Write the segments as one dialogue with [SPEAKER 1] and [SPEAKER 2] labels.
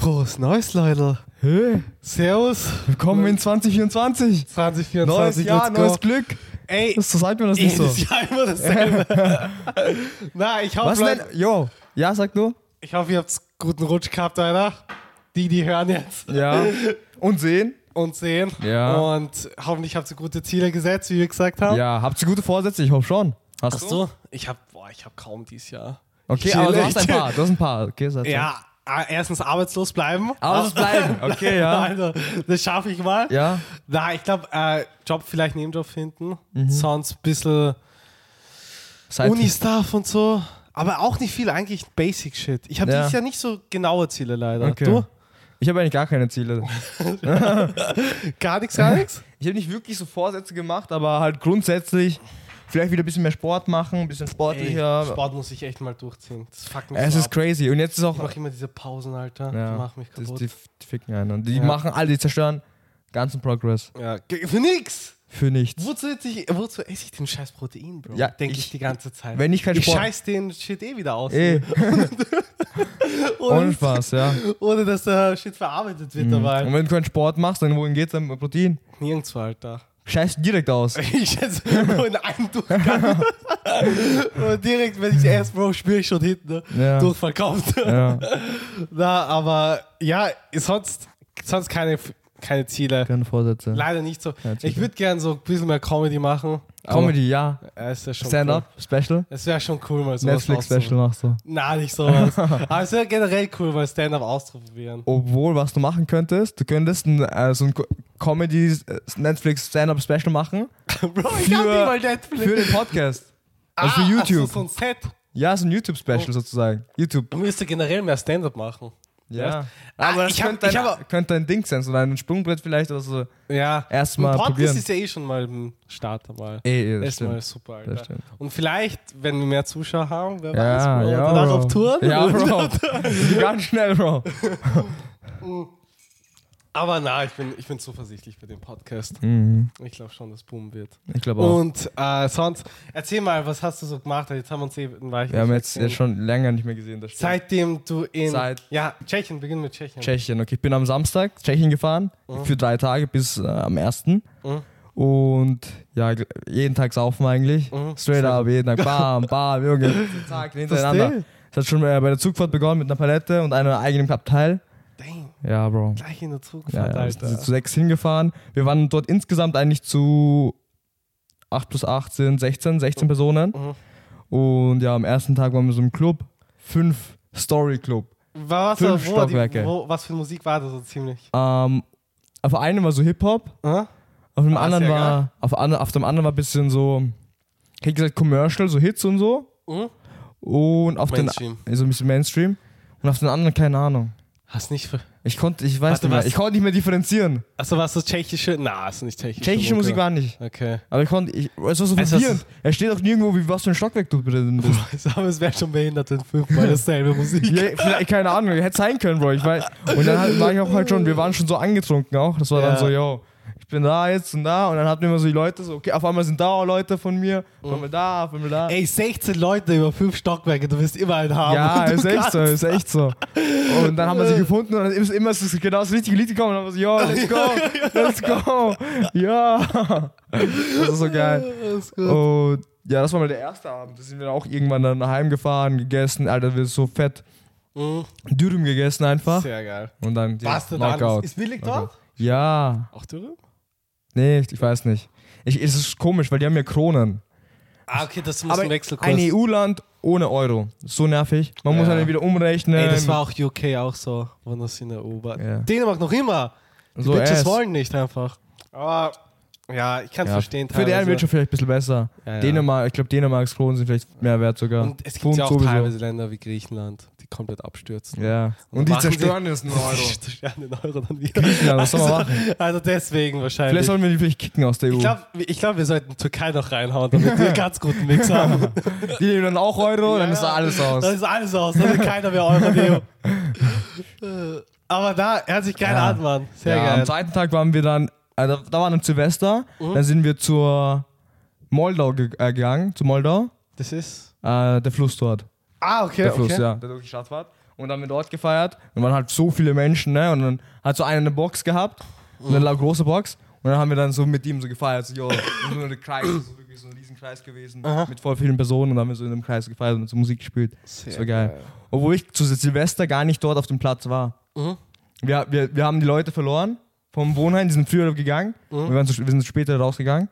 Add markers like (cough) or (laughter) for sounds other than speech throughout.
[SPEAKER 1] Frohes Neues, Leute.
[SPEAKER 2] Hey,
[SPEAKER 1] Servus.
[SPEAKER 2] willkommen in 2024.
[SPEAKER 1] 2024.
[SPEAKER 2] Neues Jahr,
[SPEAKER 1] let's go.
[SPEAKER 2] neues Glück.
[SPEAKER 1] Ey, (laughs)
[SPEAKER 2] Das, das sagt mir das nicht so.
[SPEAKER 1] jedes Jahr immer dasselbe. (laughs) Na, ich
[SPEAKER 2] Was
[SPEAKER 1] hoffe,
[SPEAKER 2] denn?
[SPEAKER 1] Leute,
[SPEAKER 2] Jo, ja, sag du.
[SPEAKER 1] ich hoffe, ihr habt guten Rutsch gehabt, Alter. Die, die hören jetzt
[SPEAKER 2] Ja. Und sehen.
[SPEAKER 1] und sehen.
[SPEAKER 2] Ja.
[SPEAKER 1] Und hoffentlich habt ihr gute Ziele gesetzt, wie wir gesagt haben.
[SPEAKER 2] Ja, habt ihr gute Vorsätze? Ich hoffe schon. Hast
[SPEAKER 1] Ach so, ich hab, boah, ich hab kaum dieses Jahr.
[SPEAKER 2] Okay,
[SPEAKER 1] Ich
[SPEAKER 2] aber du
[SPEAKER 1] chill
[SPEAKER 2] hast
[SPEAKER 1] (laughs)
[SPEAKER 2] ein
[SPEAKER 1] echt.
[SPEAKER 2] paar. Du hast ein paar. Okay, sag
[SPEAKER 1] Ja, äh, erstens arbeitslos bleiben.
[SPEAKER 2] Aber es ist bleiben. Okay, ja.
[SPEAKER 1] (laughs) Also, das schaffe ich mal.
[SPEAKER 2] Ja.
[SPEAKER 1] Na, ich glaube, äh, Job vielleicht Nebenjob finden.
[SPEAKER 2] Mhm.
[SPEAKER 1] Sonst ein bisschen
[SPEAKER 2] Seit
[SPEAKER 1] Uni-Stuff und so. Aber auch nicht viel, eigentlich Basic-Shit. Ich habe
[SPEAKER 2] Ja.
[SPEAKER 1] dieses Jahr nicht so genaue Ziele leider.
[SPEAKER 2] Okay.
[SPEAKER 1] Du?
[SPEAKER 2] Ich habe eigentlich gar keine Ziele.
[SPEAKER 1] Gar nichts,
[SPEAKER 2] (laughs)
[SPEAKER 1] gar nichts?
[SPEAKER 2] Ich habe nicht wirklich so Vorsätze gemacht, aber halt grundsätzlich vielleicht wieder ein bisschen mehr Sport machen, ein bisschen sportlicher.
[SPEAKER 1] Sport muss ich echt mal durchziehen. Das fuckt mich
[SPEAKER 2] es
[SPEAKER 1] so
[SPEAKER 2] ist
[SPEAKER 1] ab.
[SPEAKER 2] crazy. Und jetzt ist auch.
[SPEAKER 1] Ich mache immer diese Pausen, Alter.
[SPEAKER 2] Ja,
[SPEAKER 1] Die machen mich
[SPEAKER 2] das-
[SPEAKER 1] kaputt.
[SPEAKER 2] Die, die ficken einen. Und die
[SPEAKER 1] Ja.
[SPEAKER 2] machen alle, die zerstören ganzen Progress.
[SPEAKER 1] ja, ge- für nix!
[SPEAKER 2] Für nichts.
[SPEAKER 1] Wozu, hätte ich, wozu esse ich den scheiß Protein, Bro?
[SPEAKER 2] Ja,
[SPEAKER 1] Denke ich,
[SPEAKER 2] ich-
[SPEAKER 1] die ganze Zeit.
[SPEAKER 2] wenn ich keinen
[SPEAKER 1] Ich
[SPEAKER 2] Sport-
[SPEAKER 1] scheiß den Shit eh wieder aus.
[SPEAKER 2] Ey, ohne
[SPEAKER 1] ohne,
[SPEAKER 2] Spaß, ja.
[SPEAKER 1] ohne, dass der Shit verarbeitet wird
[SPEAKER 2] Und
[SPEAKER 1] dabei.
[SPEAKER 2] wenn du keinen Sport machst, dann wohin geht's dann mit Protein?
[SPEAKER 1] Nirgendwo, Alter.
[SPEAKER 2] Scheiß direkt
[SPEAKER 1] (laughs)
[SPEAKER 2] aus.
[SPEAKER 1] Ich schätze nur in einem Durchgang. Und direkt, wenn ich erst Bro spüre ich schon hinten ne?
[SPEAKER 2] Ja.
[SPEAKER 1] Durchfall kommt.
[SPEAKER 2] Ja,
[SPEAKER 1] Na, aber ja, sonst, sonst keine, keine Ziele.
[SPEAKER 2] keine Vorsätze.
[SPEAKER 1] Leider nicht so.
[SPEAKER 2] Keine Ziele.
[SPEAKER 1] Ich würde gern so ein bisschen mehr Comedy machen.
[SPEAKER 2] Comedy, ja.
[SPEAKER 1] aber, äh, ist ja schon cool.
[SPEAKER 2] Stand-up, Special.
[SPEAKER 1] Es wäre schon cool, mal sowas
[SPEAKER 2] Netflix-Special machst du.
[SPEAKER 1] Na, nicht sowas. Aber es wäre generell cool, mal Stand-up auszuprobieren.
[SPEAKER 2] Obwohl, was du machen könntest, du könntest ein, äh, so ein Co- äh, Comedy-Netflix-Stand-up-Special machen
[SPEAKER 1] Bro, ich
[SPEAKER 2] Für-
[SPEAKER 1] hab nicht mal Netflix.
[SPEAKER 2] für
[SPEAKER 1] (laughs)
[SPEAKER 2] den Podcast. Also für
[SPEAKER 1] Ah, Ach
[SPEAKER 2] YouTube.
[SPEAKER 1] so, Oh. so ein Set.
[SPEAKER 2] Ja, ist ein YouTube-Special sozusagen. YouTube.
[SPEAKER 1] Du müsstest generell mehr Stand-up machen.
[SPEAKER 2] Ja.
[SPEAKER 1] Ah,
[SPEAKER 2] Aber das
[SPEAKER 1] ich hab-
[SPEAKER 2] könnte,
[SPEAKER 1] ich
[SPEAKER 2] dein,
[SPEAKER 1] hab-
[SPEAKER 2] könnte dein Ding sein, so ein Sprungbrett vielleicht oder so.
[SPEAKER 1] Ja.
[SPEAKER 2] Erstmal
[SPEAKER 1] Ein Podcast
[SPEAKER 2] probieren.
[SPEAKER 1] ist ja eh schon mal im Start dabei.
[SPEAKER 2] Ey, ey, Eh, das
[SPEAKER 1] Erstmal
[SPEAKER 2] stimmt.
[SPEAKER 1] super,
[SPEAKER 2] Das
[SPEAKER 1] Alter.
[SPEAKER 2] stimmt.
[SPEAKER 1] Und vielleicht, wenn wir mehr Zuschauer haben, wer
[SPEAKER 2] Ja,
[SPEAKER 1] weiß, Bro,
[SPEAKER 2] ja,
[SPEAKER 1] danach
[SPEAKER 2] Bro.
[SPEAKER 1] auf Tour.
[SPEAKER 2] (laughs) Ja, Bro. (laughs) Ganz schnell, Bro.
[SPEAKER 1] Aber na, ich bin, ich bin zuversichtlich für den Podcast.
[SPEAKER 2] Mhm.
[SPEAKER 1] Ich glaube schon, dass boomen wird.
[SPEAKER 2] Ich glaube auch.
[SPEAKER 1] Und äh, sonst, erzähl mal, was hast du so gemacht? Jetzt haben wir uns eben weich.
[SPEAKER 2] Wir haben jetzt, jetzt schon länger nicht mehr gesehen. Das stimmt.
[SPEAKER 1] Seitdem du in.
[SPEAKER 2] Seit-
[SPEAKER 1] ja, Tschechien, beginnen mit Tschechien.
[SPEAKER 2] Tschechien. Okay, ich bin am Samstag Tschechien gefahren für drei Tage bis äh, am 1. Und ja, gl- jeden Tag saufen eigentlich. Straight up, jeden Tag. Bam, (laughs) bam, Junge. jeden Tag hintereinander.
[SPEAKER 1] Verstehe.
[SPEAKER 2] Es hat schon äh, bei der Zugfahrt begonnen mit einer Palette und einem eigenen Abteil.
[SPEAKER 1] Damn,
[SPEAKER 2] Ja, Bro.
[SPEAKER 1] gleich in der Zukunft,
[SPEAKER 2] Ja, ja, wir sind
[SPEAKER 1] Alter.
[SPEAKER 2] zu sechs hingefahren. Wir waren dort insgesamt eigentlich zu 8 plus 18, 16,
[SPEAKER 1] Mhm.
[SPEAKER 2] 16 Personen. Und ja, am ersten Tag waren wir so im Club. Fünf Story Club.
[SPEAKER 1] War was,
[SPEAKER 2] Fünf
[SPEAKER 1] wo, die,
[SPEAKER 2] Stockwerke.
[SPEAKER 1] wo, was für Musik war das so ziemlich?
[SPEAKER 2] Ähm, auf einem war so Hip-Hop,
[SPEAKER 1] Hm?
[SPEAKER 2] auf dem
[SPEAKER 1] Ah,
[SPEAKER 2] anderen
[SPEAKER 1] sehr
[SPEAKER 2] war, auf, an, auf dem anderen war ein bisschen so, ich hätte gesagt, Commercial, so Hits und so.
[SPEAKER 1] Mhm.
[SPEAKER 2] Und auf
[SPEAKER 1] Mainstream.
[SPEAKER 2] den so ein bisschen Mainstream. Und auf den anderen, keine Ahnung.
[SPEAKER 1] Hast nicht. ver-
[SPEAKER 2] Ich konnte, ich weiß
[SPEAKER 1] Warte,
[SPEAKER 2] nicht mehr.
[SPEAKER 1] was?
[SPEAKER 2] Ich konnte nicht mehr differenzieren.
[SPEAKER 1] Achso, warst du tschechische? Na, hast du nicht tschechische.
[SPEAKER 2] Tschechische Musik
[SPEAKER 1] war.
[SPEAKER 2] war nicht.
[SPEAKER 1] Okay.
[SPEAKER 2] Aber ich konnte, ich, es war so
[SPEAKER 1] Es ist-
[SPEAKER 2] verwirrend. Er steht auch nirgendwo, wie was für ein Stockwerk du drin
[SPEAKER 1] (laughs)
[SPEAKER 2] bist.
[SPEAKER 1] Aber es wäre schon behindert, wenn fünfmal dasselbe Musik.
[SPEAKER 2] Ja, vielleicht, keine Ahnung, hätte sein können, Bro. Ich weiß. Und dann halt, war ich auch halt schon, wir waren schon so angetrunken auch. Das war dann
[SPEAKER 1] Ja.
[SPEAKER 2] so, yo, ich bin da jetzt und da. Und dann hatten wir immer so die Leute so, okay, auf einmal sind da auch Leute von mir, auf einmal da, auf einmal da.
[SPEAKER 1] Mhm. Ey, 16 Leute über fünf Stockwerke, du wirst immer einen haben.
[SPEAKER 2] ja,
[SPEAKER 1] (laughs) Du
[SPEAKER 2] ist echt
[SPEAKER 1] kannst-
[SPEAKER 2] so, ist echt so. Und dann haben wir sie gefunden und dann ist immer ist es genau das richtige Lied gekommen. Und dann haben wir so, yo, let's
[SPEAKER 1] (laughs)
[SPEAKER 2] go, let's go. Ja. Das ist so geil.
[SPEAKER 1] Alles gut.
[SPEAKER 2] Und ja, das war mal der erste Abend. Da sind wir dann auch irgendwann dann heimgefahren, gegessen. Alter, wir sind so fett
[SPEAKER 1] Mhm.
[SPEAKER 2] Dürüm gegessen einfach.
[SPEAKER 1] Sehr geil.
[SPEAKER 2] Und dann ja,
[SPEAKER 1] Warst du da?
[SPEAKER 2] Knockout.
[SPEAKER 1] Ist billig
[SPEAKER 2] Knockout.
[SPEAKER 1] dort?
[SPEAKER 2] Ja,
[SPEAKER 1] Auch du?
[SPEAKER 2] nee, ich, ich weiß nicht. Ich, es ist komisch, weil die haben ja Kronen.
[SPEAKER 1] Ah, okay, das muss
[SPEAKER 2] Aber
[SPEAKER 1] ein Wechselkurs.
[SPEAKER 2] ein EU-Land ohne Euro. So nervig. Man muss halt
[SPEAKER 1] Ja.
[SPEAKER 2] dann wieder umrechnen.
[SPEAKER 1] Ey, das war auch UK auch so, wenn das in der EU war.
[SPEAKER 2] Ähm. Ja.
[SPEAKER 1] Dänemark noch immer. Die
[SPEAKER 2] so
[SPEAKER 1] Bitches
[SPEAKER 2] ass.
[SPEAKER 1] wollen nicht einfach. Aber Ah, ja, ich kann es
[SPEAKER 2] Ja.
[SPEAKER 1] verstehen.
[SPEAKER 2] Für die
[SPEAKER 1] teilweise.
[SPEAKER 2] einen wird schon vielleicht ein bisschen besser.
[SPEAKER 1] Ja, ja.
[SPEAKER 2] Dänemark, ich glaube, Dänemarks Kronen sind vielleicht mehr wert sogar.
[SPEAKER 1] Und es gibt
[SPEAKER 2] Pfund
[SPEAKER 1] ja auch
[SPEAKER 2] sowieso.
[SPEAKER 1] teilweise Länder wie Griechenland, die komplett abstürzen.
[SPEAKER 2] Ja. Und,
[SPEAKER 1] Und
[SPEAKER 2] die
[SPEAKER 1] machen sie-
[SPEAKER 2] zerstören jetzt
[SPEAKER 1] (laughs)
[SPEAKER 2] einen Euro.
[SPEAKER 1] Die sterben den Euro dann wieder.
[SPEAKER 2] Griechenland, was soll
[SPEAKER 1] (laughs)
[SPEAKER 2] man machen?
[SPEAKER 1] Also deswegen wahrscheinlich.
[SPEAKER 2] Vielleicht sollen wir die vielleicht kicken aus der E EU.
[SPEAKER 1] ich glaube, ich glaub, wir sollten Türkei noch reinhauen, damit wir einen ganz guten Mix
[SPEAKER 2] (laughs)
[SPEAKER 1] haben.
[SPEAKER 2] die nehmen dann auch Euro, dann
[SPEAKER 1] Ja,
[SPEAKER 2] ist da
[SPEAKER 1] ja.
[SPEAKER 2] alles aus.
[SPEAKER 1] Dann ist alles aus, dann will keiner mehr Euro nehmen.
[SPEAKER 2] (laughs)
[SPEAKER 1] Äh, Aber da, hört sich geil
[SPEAKER 2] Ja.
[SPEAKER 1] an, Mann. Sehr
[SPEAKER 2] ja, Am
[SPEAKER 1] geil. Uh.
[SPEAKER 2] zweiten Tag waren wir dann, äh, da, da waren wir Silvester, dann sind wir zur Moldau ge äh, gegangen, zu Moldau,
[SPEAKER 1] Das ist.
[SPEAKER 2] äh, der Fluss dort.
[SPEAKER 1] Ah, okay.
[SPEAKER 2] Der Fluss,
[SPEAKER 1] okay.
[SPEAKER 2] ja. Der durch die Stadt war. Und dann haben wir dort gefeiert. Und waren halt so viele Menschen, ne? Und dann hat so einer eine Box gehabt. Und
[SPEAKER 1] Uh.
[SPEAKER 2] dann lag große Box. Und dann haben wir dann so mit ihm so gefeiert. So, yo, so eine Kreis, so wirklich so ein Riesenkreis gewesen. Mit voll vielen Personen. Und dann haben wir so in einem Kreis gefeiert und so Musik gespielt. das war geil. Obwohl ich zu Silvester gar nicht dort auf dem Platz war.
[SPEAKER 1] Mhm.
[SPEAKER 2] Wir, wir, wir haben die Leute verloren vom Wohnheim. Die sind früher gegangen. Wir, waren so, wir sind später rausgegangen.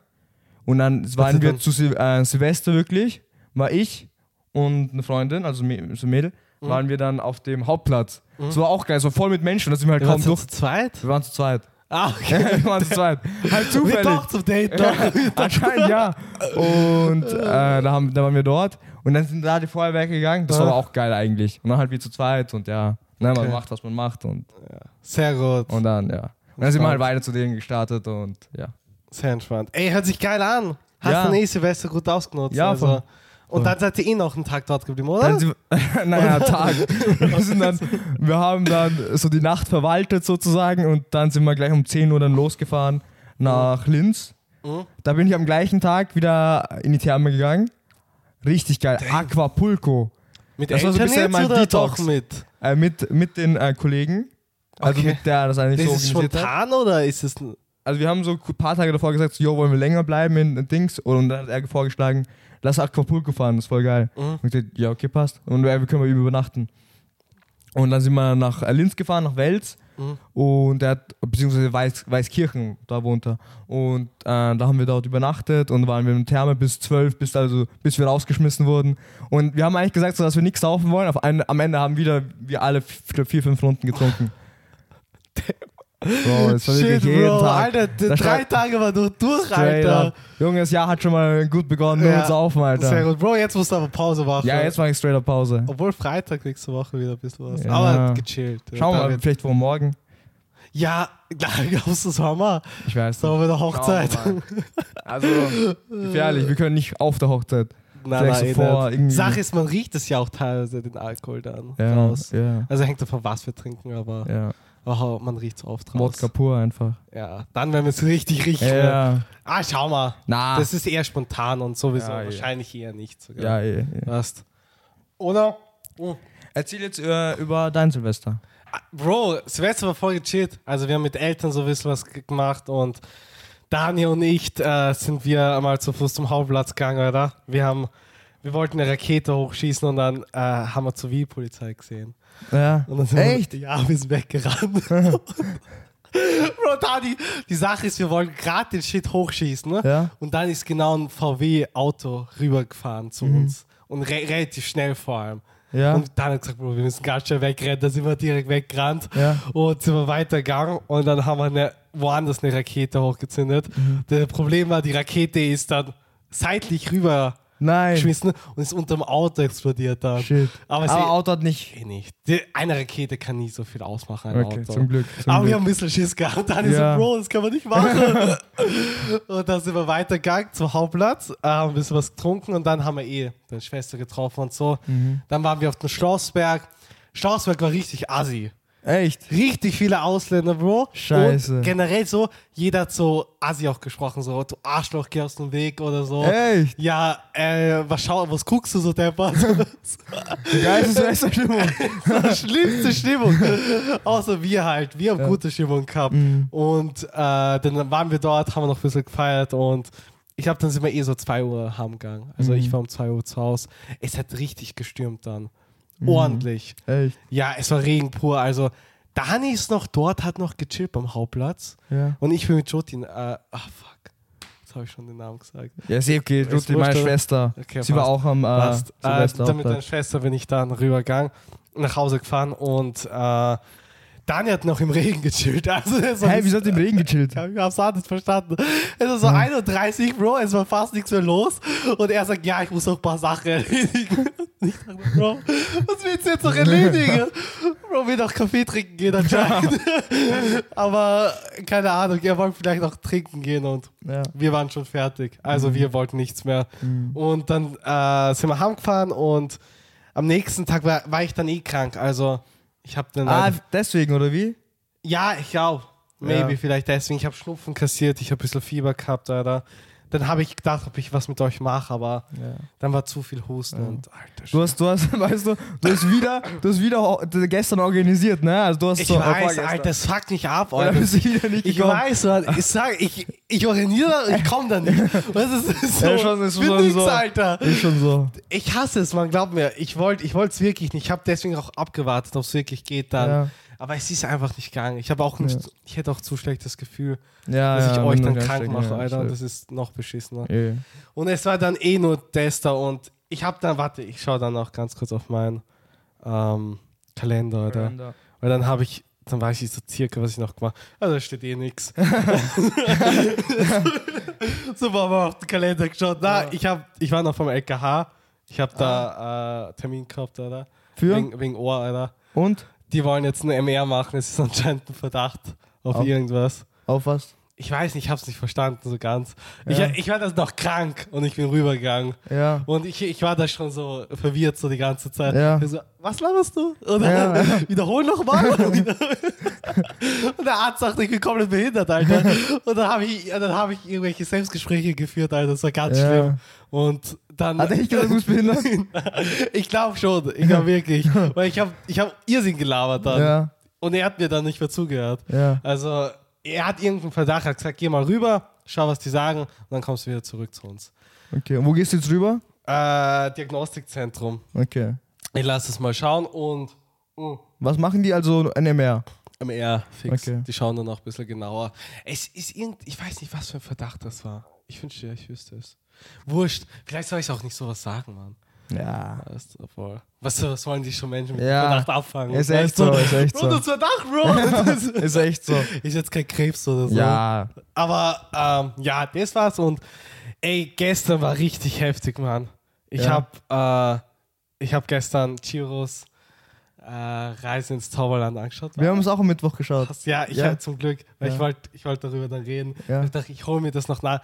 [SPEAKER 2] Und dann waren
[SPEAKER 1] Mhm. sind
[SPEAKER 2] wir
[SPEAKER 1] dann-
[SPEAKER 2] zu Sil äh, Silvester wirklich, war ich und eine Freundin, also Mä- so ein Mädel,
[SPEAKER 1] Mhm.
[SPEAKER 2] waren wir dann auf dem Hauptplatz. Das war auch geil, so voll mit Menschen, da sind wir halt
[SPEAKER 1] Wir waren
[SPEAKER 2] kaum
[SPEAKER 1] zu
[SPEAKER 2] durch.
[SPEAKER 1] zu zweit?
[SPEAKER 2] Wir waren zu zweit. (laughs)
[SPEAKER 1] Ah, okay.
[SPEAKER 2] wir waren zu zweit. Halt
[SPEAKER 1] Wir
[SPEAKER 2] zufällig.
[SPEAKER 1] doch zum Date, doch.
[SPEAKER 2] (laughs) Anscheinend ja. Und äh, da, haben, da waren wir dort und dann sind da die Feuerwerke gegangen. Das war
[SPEAKER 1] Ja.
[SPEAKER 2] aber auch geil eigentlich. Und dann halt wir zu zweit und ja, ne, man
[SPEAKER 1] Okay.
[SPEAKER 2] macht, was man macht und,
[SPEAKER 1] Sehr gut.
[SPEAKER 2] und dann, ja. Und dann sind wir
[SPEAKER 1] Entspannt.
[SPEAKER 2] halt weiter zu denen gestartet und ja.
[SPEAKER 1] Sehr entspannt. Ey, hört sich geil an. Hast
[SPEAKER 2] Ja.
[SPEAKER 1] du eh Silvester gut ausgenutzt.
[SPEAKER 2] Ja, voll.
[SPEAKER 1] also. Und dann seid ihr eh noch einen Tag dort geblieben, oder?
[SPEAKER 2] Dann sind wir, (laughs) naja, Tag. Wir, sind dann, wir haben dann so die Nacht verwaltet sozusagen und dann sind wir gleich um 10 Uhr dann losgefahren nach Linz.
[SPEAKER 1] Mhm.
[SPEAKER 2] Da bin ich am gleichen Tag wieder in die Therme gegangen. Richtig geil. Aquapulco.
[SPEAKER 1] mit
[SPEAKER 2] das war so ein
[SPEAKER 1] Eltern
[SPEAKER 2] bisschen
[SPEAKER 1] jetzt
[SPEAKER 2] mein
[SPEAKER 1] oder
[SPEAKER 2] Detox.
[SPEAKER 1] doch mit?
[SPEAKER 2] Äh, mit, mit den äh, Kollegen. Also
[SPEAKER 1] Okay.
[SPEAKER 2] mit der das eigentlich
[SPEAKER 1] Ist
[SPEAKER 2] so
[SPEAKER 1] es
[SPEAKER 2] organisiert hat.
[SPEAKER 1] spontan oder ist es... n-
[SPEAKER 2] Also wir haben so ein paar Tage davor gesagt, so, jo, wollen wir länger bleiben in Dings? Und dann hat er vorgeschlagen, lass Acapulco fahren, das ist voll geil.
[SPEAKER 1] Mhm.
[SPEAKER 2] Und ich dachte, ja, okay, passt. Und ja, wir können mal übernachten. Und dann sind wir nach äh, Linz gefahren, nach Wels.
[SPEAKER 1] Mhm.
[SPEAKER 2] Und er hat, beziehungsweise Weiß, Weißkirchen, da wohnt er. Und äh, da haben wir dort übernachtet und waren wir im Therme bis 12, bis, also, bis wir rausgeschmissen wurden. Und wir haben eigentlich gesagt, so, dass wir nichts saufen wollen. Auf ein, am Ende haben wieder wir alle f- ich glaub, vier, fünf Runden
[SPEAKER 1] (laughs)
[SPEAKER 2] getrunken. Bro, das war wirklich jeden Tag.
[SPEAKER 1] Alter, d-
[SPEAKER 2] Da
[SPEAKER 1] drei
[SPEAKER 2] schreibt-
[SPEAKER 1] Tage war du durch,
[SPEAKER 2] Straight
[SPEAKER 1] Alter.
[SPEAKER 2] up. Junge, das Jahr hat schon mal gut begonnen, nur
[SPEAKER 1] Ja.
[SPEAKER 2] mit Saufen,
[SPEAKER 1] Sehr
[SPEAKER 2] Alter.
[SPEAKER 1] gut. Oh, Bro, jetzt musst du aber Pause machen.
[SPEAKER 2] Ja, jetzt mache ich straight up Pause.
[SPEAKER 1] Obwohl Freitag nächste Woche wieder ein bisschen was.
[SPEAKER 2] Ja.
[SPEAKER 1] Aber gechillt.
[SPEAKER 2] Schauen wir
[SPEAKER 1] Da
[SPEAKER 2] mal,
[SPEAKER 1] wird-
[SPEAKER 2] vielleicht vor morgen.
[SPEAKER 1] Ja, (laughs) glaubst du, es Hammer?
[SPEAKER 2] Ich weiß
[SPEAKER 1] Da
[SPEAKER 2] nicht.
[SPEAKER 1] haben wir eine Hochzeit. (laughs)
[SPEAKER 2] Schauen wir mal. Also, gefährlich, wir können nicht auf der Hochzeit.
[SPEAKER 1] Nein, eh
[SPEAKER 2] Vielleicht so vor irgendwie-
[SPEAKER 1] Sache ist, man riecht es ja auch teilweise den Alkohol dann
[SPEAKER 2] Ja,
[SPEAKER 1] raus.
[SPEAKER 2] ja,
[SPEAKER 1] Also hängt davon, was wir trinken, aber
[SPEAKER 2] ja.
[SPEAKER 1] oh, man riecht es oft raus.
[SPEAKER 2] Wodka pur einfach.
[SPEAKER 1] Ja, dann, wenn wir es richtig riechen.
[SPEAKER 2] Ja.
[SPEAKER 1] Ah, schau mal.
[SPEAKER 2] Na.
[SPEAKER 1] Das ist eher spontan und sowieso.
[SPEAKER 2] Ja, ja.
[SPEAKER 1] Wahrscheinlich eher nicht sogar.
[SPEAKER 2] ja, eh, eh.
[SPEAKER 1] Weißt Oder? Oh.
[SPEAKER 2] Erzähl jetzt äh, über dein Silvester.
[SPEAKER 1] Ah, Bro, Silvester war voll gechillt. Also wir haben mit Eltern so ein bisschen was g- gemacht und Daniel und ich äh, sind wir einmal zu Fuß zum Hauptplatz gegangen, oder? Wir haben, wir wollten eine Rakete hochschießen und dann äh, haben wir zur Zivilpolizei gesehen.
[SPEAKER 2] Ja.
[SPEAKER 1] Und dann sind
[SPEAKER 2] Echt?
[SPEAKER 1] Wir, ja, wir sind
[SPEAKER 2] (laughs)
[SPEAKER 1] weggerannt. (laughs) Bro, Dani, die Sache ist, wir wollten gerade den Shit hochschießen, ne?
[SPEAKER 2] Ja.
[SPEAKER 1] Und dann ist genau ein VW-Auto rübergefahren zu
[SPEAKER 2] Mhm.
[SPEAKER 1] uns. Und re relativ schnell vor allem.
[SPEAKER 2] Ja.
[SPEAKER 1] Und dann hat gesagt, Bro, wir müssen ganz schnell wegrennen. Da sind wir direkt weggerannt
[SPEAKER 2] Ja.
[SPEAKER 1] und sind wir weitergegangen. Und dann haben wir eine, woanders eine Rakete hochgezündet.
[SPEAKER 2] Mhm.
[SPEAKER 1] Das Problem war, die Rakete ist dann seitlich rüber
[SPEAKER 2] Nein.
[SPEAKER 1] geschmissen und ist unterm Auto explodiert dann.
[SPEAKER 2] Shit.
[SPEAKER 1] Aber,
[SPEAKER 2] Aber,
[SPEAKER 1] es
[SPEAKER 2] Auto hat nicht.
[SPEAKER 1] eh nicht. Die, eine Rakete kann nie so viel ausmachen, ein
[SPEAKER 2] Okay,
[SPEAKER 1] Auto.
[SPEAKER 2] zum Glück. Zum
[SPEAKER 1] Aber wir
[SPEAKER 2] Glück.
[SPEAKER 1] haben ein bisschen Schiss gehabt. Dann ist
[SPEAKER 2] Ja.
[SPEAKER 1] so, Bro, das kann man nicht machen. und dann sind wir weitergegangen zum Hauptplatz, äh, haben ein bisschen was getrunken und dann haben wir eh deine Schwester getroffen und so.
[SPEAKER 2] Mhm.
[SPEAKER 1] Dann waren wir auf dem Schlossberg. Schlossberg war richtig assi.
[SPEAKER 2] Echt?
[SPEAKER 1] Richtig viele Ausländer, Bro.
[SPEAKER 2] Scheiße.
[SPEAKER 1] Und generell so, jeder hat so assi auch gesprochen, so, du Arschloch, geh aus dem Weg oder so.
[SPEAKER 2] Echt?
[SPEAKER 1] Ja, äh, was, schau, was guckst du so deppert? (laughs)
[SPEAKER 2] Geil Silvester Stimmung.
[SPEAKER 1] Schlimmste Stimmung. Außer wir halt. Wir haben gute Stimmung gehabt. Und äh, dann waren wir dort, haben wir noch ein bisschen gefeiert und ich glaube, dann sind wir eh so 2 Uhr heimgegangen. Also ich war um 2 Uhr zu Hause. Es hat richtig gestürmt dann. Ordentlich.
[SPEAKER 2] Echt?
[SPEAKER 1] Ja, es war Regen pur. Also Dani ist noch dort, hat noch gechillt am Hauptplatz.
[SPEAKER 2] Ja.
[SPEAKER 1] Und ich bin mit Jotin. Äh, ah, fuck. Jetzt habe ich schon den Namen gesagt.
[SPEAKER 2] Ja, sie okay,
[SPEAKER 1] Ist
[SPEAKER 2] Ruti, meine
[SPEAKER 1] wurscht, oder?
[SPEAKER 2] Schwester.
[SPEAKER 1] Okay,
[SPEAKER 2] sie war
[SPEAKER 1] passt.
[SPEAKER 2] auch am äh,
[SPEAKER 1] Passt. Äh,
[SPEAKER 2] Silvester.
[SPEAKER 1] dann mit deiner Schwester bin ich dann rübergegangen, nach Hause gefahren und äh, Dani hat noch im Regen gechillt. (laughs) Also, es war
[SPEAKER 2] hey, wieso hat im Regen gechillt?
[SPEAKER 1] ja, ich hab's auch nicht verstanden. Es ist so 31, Bro, es war fast nichts mehr los. Und er sagt, ja, ich muss noch ein paar Sachen erledigen. (laughs) Und ich sag, Bro, was willst du jetzt noch erledigen? Bro, will noch Kaffee trinken gehen anscheinend. Aber keine Ahnung, er wollte vielleicht noch trinken gehen und
[SPEAKER 2] Ja.
[SPEAKER 1] wir waren schon fertig.
[SPEAKER 2] Mhm.
[SPEAKER 1] Also wir wollten nichts mehr. Und dann äh, sind wir heimgefahren und am nächsten Tag war, war ich dann eh krank. Also ich habe dann...
[SPEAKER 2] Ah, deswegen, oder wie?
[SPEAKER 1] Ja, ich glaube. Maybe
[SPEAKER 2] Ja.
[SPEAKER 1] vielleicht deswegen. Ich habe Schnupfen kassiert, ich habe ein bisschen Fieber gehabt, Alter. Dann habe ich gedacht, ob ich was mit euch mache, aber
[SPEAKER 2] Ja.
[SPEAKER 1] dann war zu viel Husten und alter
[SPEAKER 2] Du hast, du hast, (laughs) weißt du, du hast wieder, du hast wieder ho- gestern organisiert, ne? Also du hast
[SPEAKER 1] Ich
[SPEAKER 2] so,
[SPEAKER 1] weiß,
[SPEAKER 2] vorgestern.
[SPEAKER 1] Alter, das fuckt nicht ab,
[SPEAKER 2] (laughs) Oder
[SPEAKER 1] Alter.
[SPEAKER 2] bist du wieder nicht
[SPEAKER 1] Ich
[SPEAKER 2] gekommen?
[SPEAKER 1] weiß, Mann. Ich sag, ich, ich uriniere und ich komme dann
[SPEAKER 2] (laughs)
[SPEAKER 1] nicht. Was ist das so?
[SPEAKER 2] Ja, schon, ist
[SPEAKER 1] Bin
[SPEAKER 2] schon
[SPEAKER 1] nix,
[SPEAKER 2] so.
[SPEAKER 1] Alter.
[SPEAKER 2] Ist schon so.
[SPEAKER 1] Ich hasse es, Mann, glaub mir. Ich wollte es wirklich nicht. Ich habe deswegen auch abgewartet, ob es wirklich geht dann.
[SPEAKER 2] Ja.
[SPEAKER 1] Aber es ist einfach nicht gegangen. Ich habe auch ein, ich hätte auch zu schlechtes Gefühl,
[SPEAKER 2] Ah Ja,
[SPEAKER 1] dass
[SPEAKER 2] ja,
[SPEAKER 1] ich euch
[SPEAKER 2] wenn du
[SPEAKER 1] dann
[SPEAKER 2] ganz
[SPEAKER 1] krank
[SPEAKER 2] schlecht-
[SPEAKER 1] mache,
[SPEAKER 2] ja,
[SPEAKER 1] Alter.
[SPEAKER 2] safe.
[SPEAKER 1] Das ist noch beschissener.
[SPEAKER 2] Eh.
[SPEAKER 1] Und es war dann eh nur Tester und ich habe dann, warte, ich schaue dann auch ganz kurz auf meinen ähm, Kalender, Alter. Weil dann habe ich, dann weiß ich so circa, was ich noch gemacht habe. Also da steht eh nichts. (laughs) so haben wir auf den Kalender geschaut. Na,
[SPEAKER 2] Ja.
[SPEAKER 1] ich, hab, ich war noch vom LKH. Ich habe da äh, Termin gehabt, oder?
[SPEAKER 2] Für?
[SPEAKER 1] Wegen, wegen Ohr, Alter.
[SPEAKER 2] Und?
[SPEAKER 1] Die wollen jetzt eine MR machen. Es ist anscheinend ein Verdacht auf
[SPEAKER 2] Auf-
[SPEAKER 1] irgendwas.
[SPEAKER 2] Auf was?
[SPEAKER 1] Ich weiß nicht, ich habe es nicht verstanden so ganz.
[SPEAKER 2] Ja.
[SPEAKER 1] Ich, ich war das noch krank und ich bin rübergegangen.
[SPEAKER 2] Ja.
[SPEAKER 1] Und ich, ich war da schon so verwirrt so die ganze Zeit.
[SPEAKER 2] Ja.
[SPEAKER 1] Ich so, was laberst du? Und dann, (laughs) wiederhol
[SPEAKER 2] (laughs)
[SPEAKER 1] nochmal. und der Arzt sagt, ich bin komplett behindert, Alter. Und dann habe ich, dann hab ich irgendwelche Selbstgespräche geführt, Alter. Das war ganz
[SPEAKER 2] Ja.
[SPEAKER 1] schlimm. Und dann...
[SPEAKER 2] Hat er nicht gesagt, du bist behindert?
[SPEAKER 1] (laughs) ich glaube schon. Ich glaube wirklich. Weil ich habe ich hab Irrsinn gelabert dann.
[SPEAKER 2] Ja,
[SPEAKER 1] Und er hat mir dann nicht mehr zugehört.
[SPEAKER 2] ja.
[SPEAKER 1] Also, er hat irgendeinen Verdacht, hat gesagt, geh mal rüber, schau, was die sagen. Und dann kommst du wieder zurück zu uns.
[SPEAKER 2] Okay, und wo gehst du jetzt rüber?
[SPEAKER 1] Äh, Diagnostikzentrum.
[SPEAKER 2] Okay.
[SPEAKER 1] Ich lasse es mal schauen und mh,
[SPEAKER 2] Was machen die also NMR?
[SPEAKER 1] MR fix.
[SPEAKER 2] Okay.
[SPEAKER 1] Die schauen dann auch ein bisschen genauer. Es ist irgend, ich weiß nicht, was für ein Verdacht das war. Ich wünschte, ich wüsste es. Wurscht. Vielleicht soll ich auch nicht sowas sagen, Mann.
[SPEAKER 2] Ja.
[SPEAKER 1] Weißt du, obwohl- Was, was sollen die schon Menschen mit
[SPEAKER 2] Ja.
[SPEAKER 1] Verdacht abfangen?
[SPEAKER 2] Ist
[SPEAKER 1] Weißt
[SPEAKER 2] echt
[SPEAKER 1] du?
[SPEAKER 2] so, ist echt
[SPEAKER 1] Bro,
[SPEAKER 2] so.
[SPEAKER 1] das ist Verdacht, Bro. Das ist-
[SPEAKER 2] (laughs) Ist echt so.
[SPEAKER 1] (laughs) ist jetzt kein Krebs oder so.
[SPEAKER 2] Ja.
[SPEAKER 1] Aber ähm, ja, das war's. Und ey, gestern war richtig heftig, Mann. Ich
[SPEAKER 2] Ja.
[SPEAKER 1] hab, äh, ich hab gestern Chiros äh, Reise ins Zauberland angeschaut.
[SPEAKER 2] Wir haben es auch am Mittwoch geschaut.
[SPEAKER 1] Hast- ja, ich
[SPEAKER 2] Ja.
[SPEAKER 1] hab zum Glück, weil
[SPEAKER 2] Ja.
[SPEAKER 1] ich wollte ich wollt darüber dann reden.
[SPEAKER 2] Ja.
[SPEAKER 1] Ich dachte, ich hole mir das noch nach.